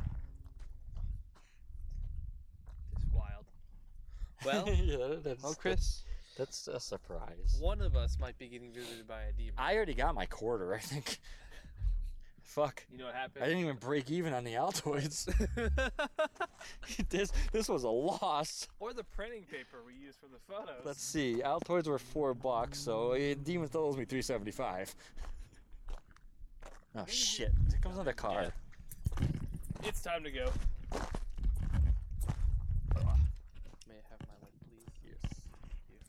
B: It's wild. Well,
A: yeah, that- that's,
B: well, Chris,
A: That's a surprise.
B: one of us might be getting visited by a demon.
A: I already got my quarter, I think. Fuck.
B: You know what
A: I didn't even break even on the Altoids.
B: happened?
A: this this was a loss.
B: or the printing paper we used for the photos.
A: Let's see. Altoids were four bucks, so eh, Demon still owes me three seventy five. Oh shit! It comes on the car.
B: It's time to go. May I have my light, please?
A: Yes.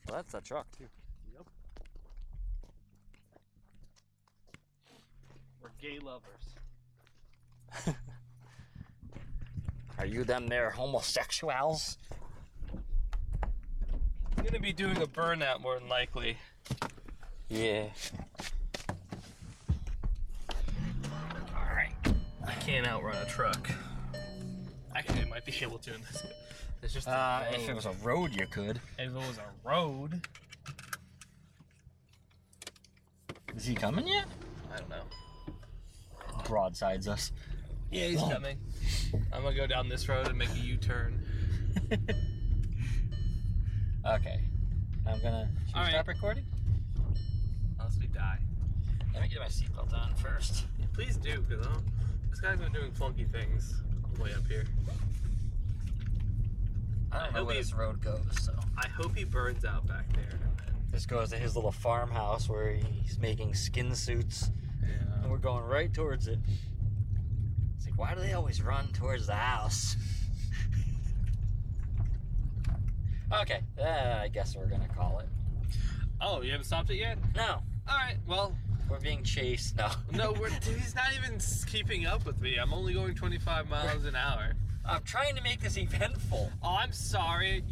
A: Well, that's a truck too.
E: we're gay lovers.
A: Are you them there homosexuals?
B: I'm gonna be doing a burnout more than likely.
A: Yeah.
B: I can't outrun a truck. Actually, I might be able to in this. It's just a
A: Uh,
B: road.
A: if it was a road, you could.
B: If it was a road,
A: Is he coming yet?
B: I don't know.
A: Broadsides us.
B: Yeah, he's coming. I'm gonna go down this road and make a U-turn.
A: Okay. I'm gonna. Should we
B: All right.
A: stop recording?
B: Unless we die.
A: Let me get my seatbelt on first.
B: Yeah, please do, because this guy's been doing funky things all the way up here.
A: I don't
B: I
A: know
B: hope
A: where
B: he's-
A: this road goes, so.
B: I hope he burns out back there.
A: This goes to his little farmhouse where he's making skin suits, and we're going right towards it. It's like, why do they always run towards the house? okay, uh, I guess we're gonna call it.
B: Oh, you haven't stopped it yet?
A: No,
B: All right. Well,
A: we're being chased. No.
B: no, we're, dude, he's not even s- keeping up with me. I'm only going 25 miles an hour.
A: I'm trying to make this eventful.
B: Oh, I'm sorry.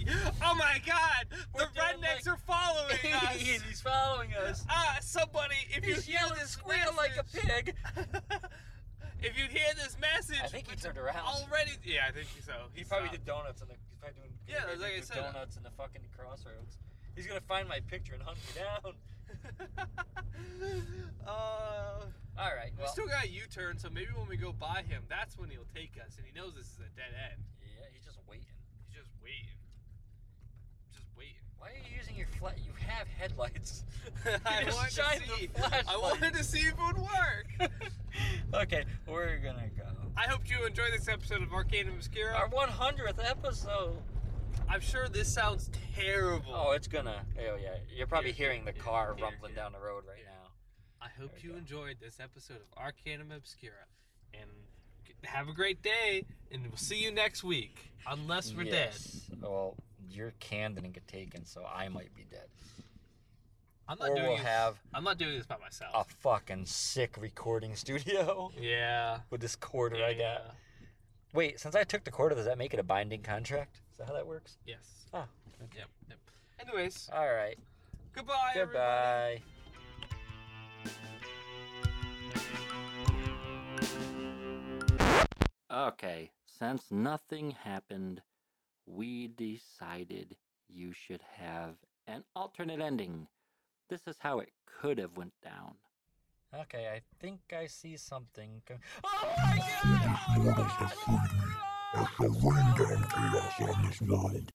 B: Oh my God!
A: We're
B: The
A: doing,
B: rednecks
A: like-
B: are following us.
A: he's following us.
B: Ah, somebody! If you
A: He's
B: hear
A: yelling,
B: this
A: squealing like a
B: message,
A: pig.
B: if you hear this message,
A: I think he turned around.
B: already. Yeah, I think so.
A: He probably
B: stopped.
A: did donuts in the. He's probably doing.
B: Yeah,
A: he's probably
B: like I
A: doing
B: said.
A: donuts in the fucking crossroads. He's gonna find my picture and hunt me down.
B: uh,
A: All right.
B: we
A: Well,
B: still got a U-turn, so maybe when we go by him, that's when he'll take us, and he knows this is a dead end.
A: yeah, he's just waiting.
B: He's just waiting, just waiting.
A: Why are you using your flat? You have headlights.
B: I
A: just
B: wanted
A: shine
B: to
A: the
B: see. I
A: flashlight.
B: wanted to see if it would work.
A: okay, we're gonna go.
B: I hope you enjoyed this episode of Arcanum Obscura.
A: Our 100th episode.
B: I'm sure this sounds terrible.
A: Oh, it's gonna. Oh yeah, you're probably
B: Here,
A: hearing the
B: here,
A: car
B: here,
A: rumbling
B: here.
A: down the road right
B: Here.
A: now.
B: I hope
A: There we
B: you
A: go.
B: enjoyed this episode of Arcanum Obscura, and g- have a great day. And we'll see you next week, unless we're dead.
A: yes. Well, your can didn't get taken, so I might be dead.
B: I'm not
A: Or
B: doing
A: we'll
B: this.
A: have-
B: I'm not doing this by
A: A
B: myself.
A: fucking sick recording studio
B: Yeah.
A: with this quarter I
B: yeah.
A: got. Wait, since I took the quarter, does that make it a binding contract? Is that how that works?
B: Yes.
A: Oh,
B: Yep. Yep. Anyways,
A: All right.
B: goodbye. Everybody.
A: Goodbye. Okay, since nothing happened, we decided you should have an alternate ending. This is how it could have went down. Okay, I think I see something. Com-
B: Ah!
A: oh my god!
F: What is happening? It's the rain down chaos on this world.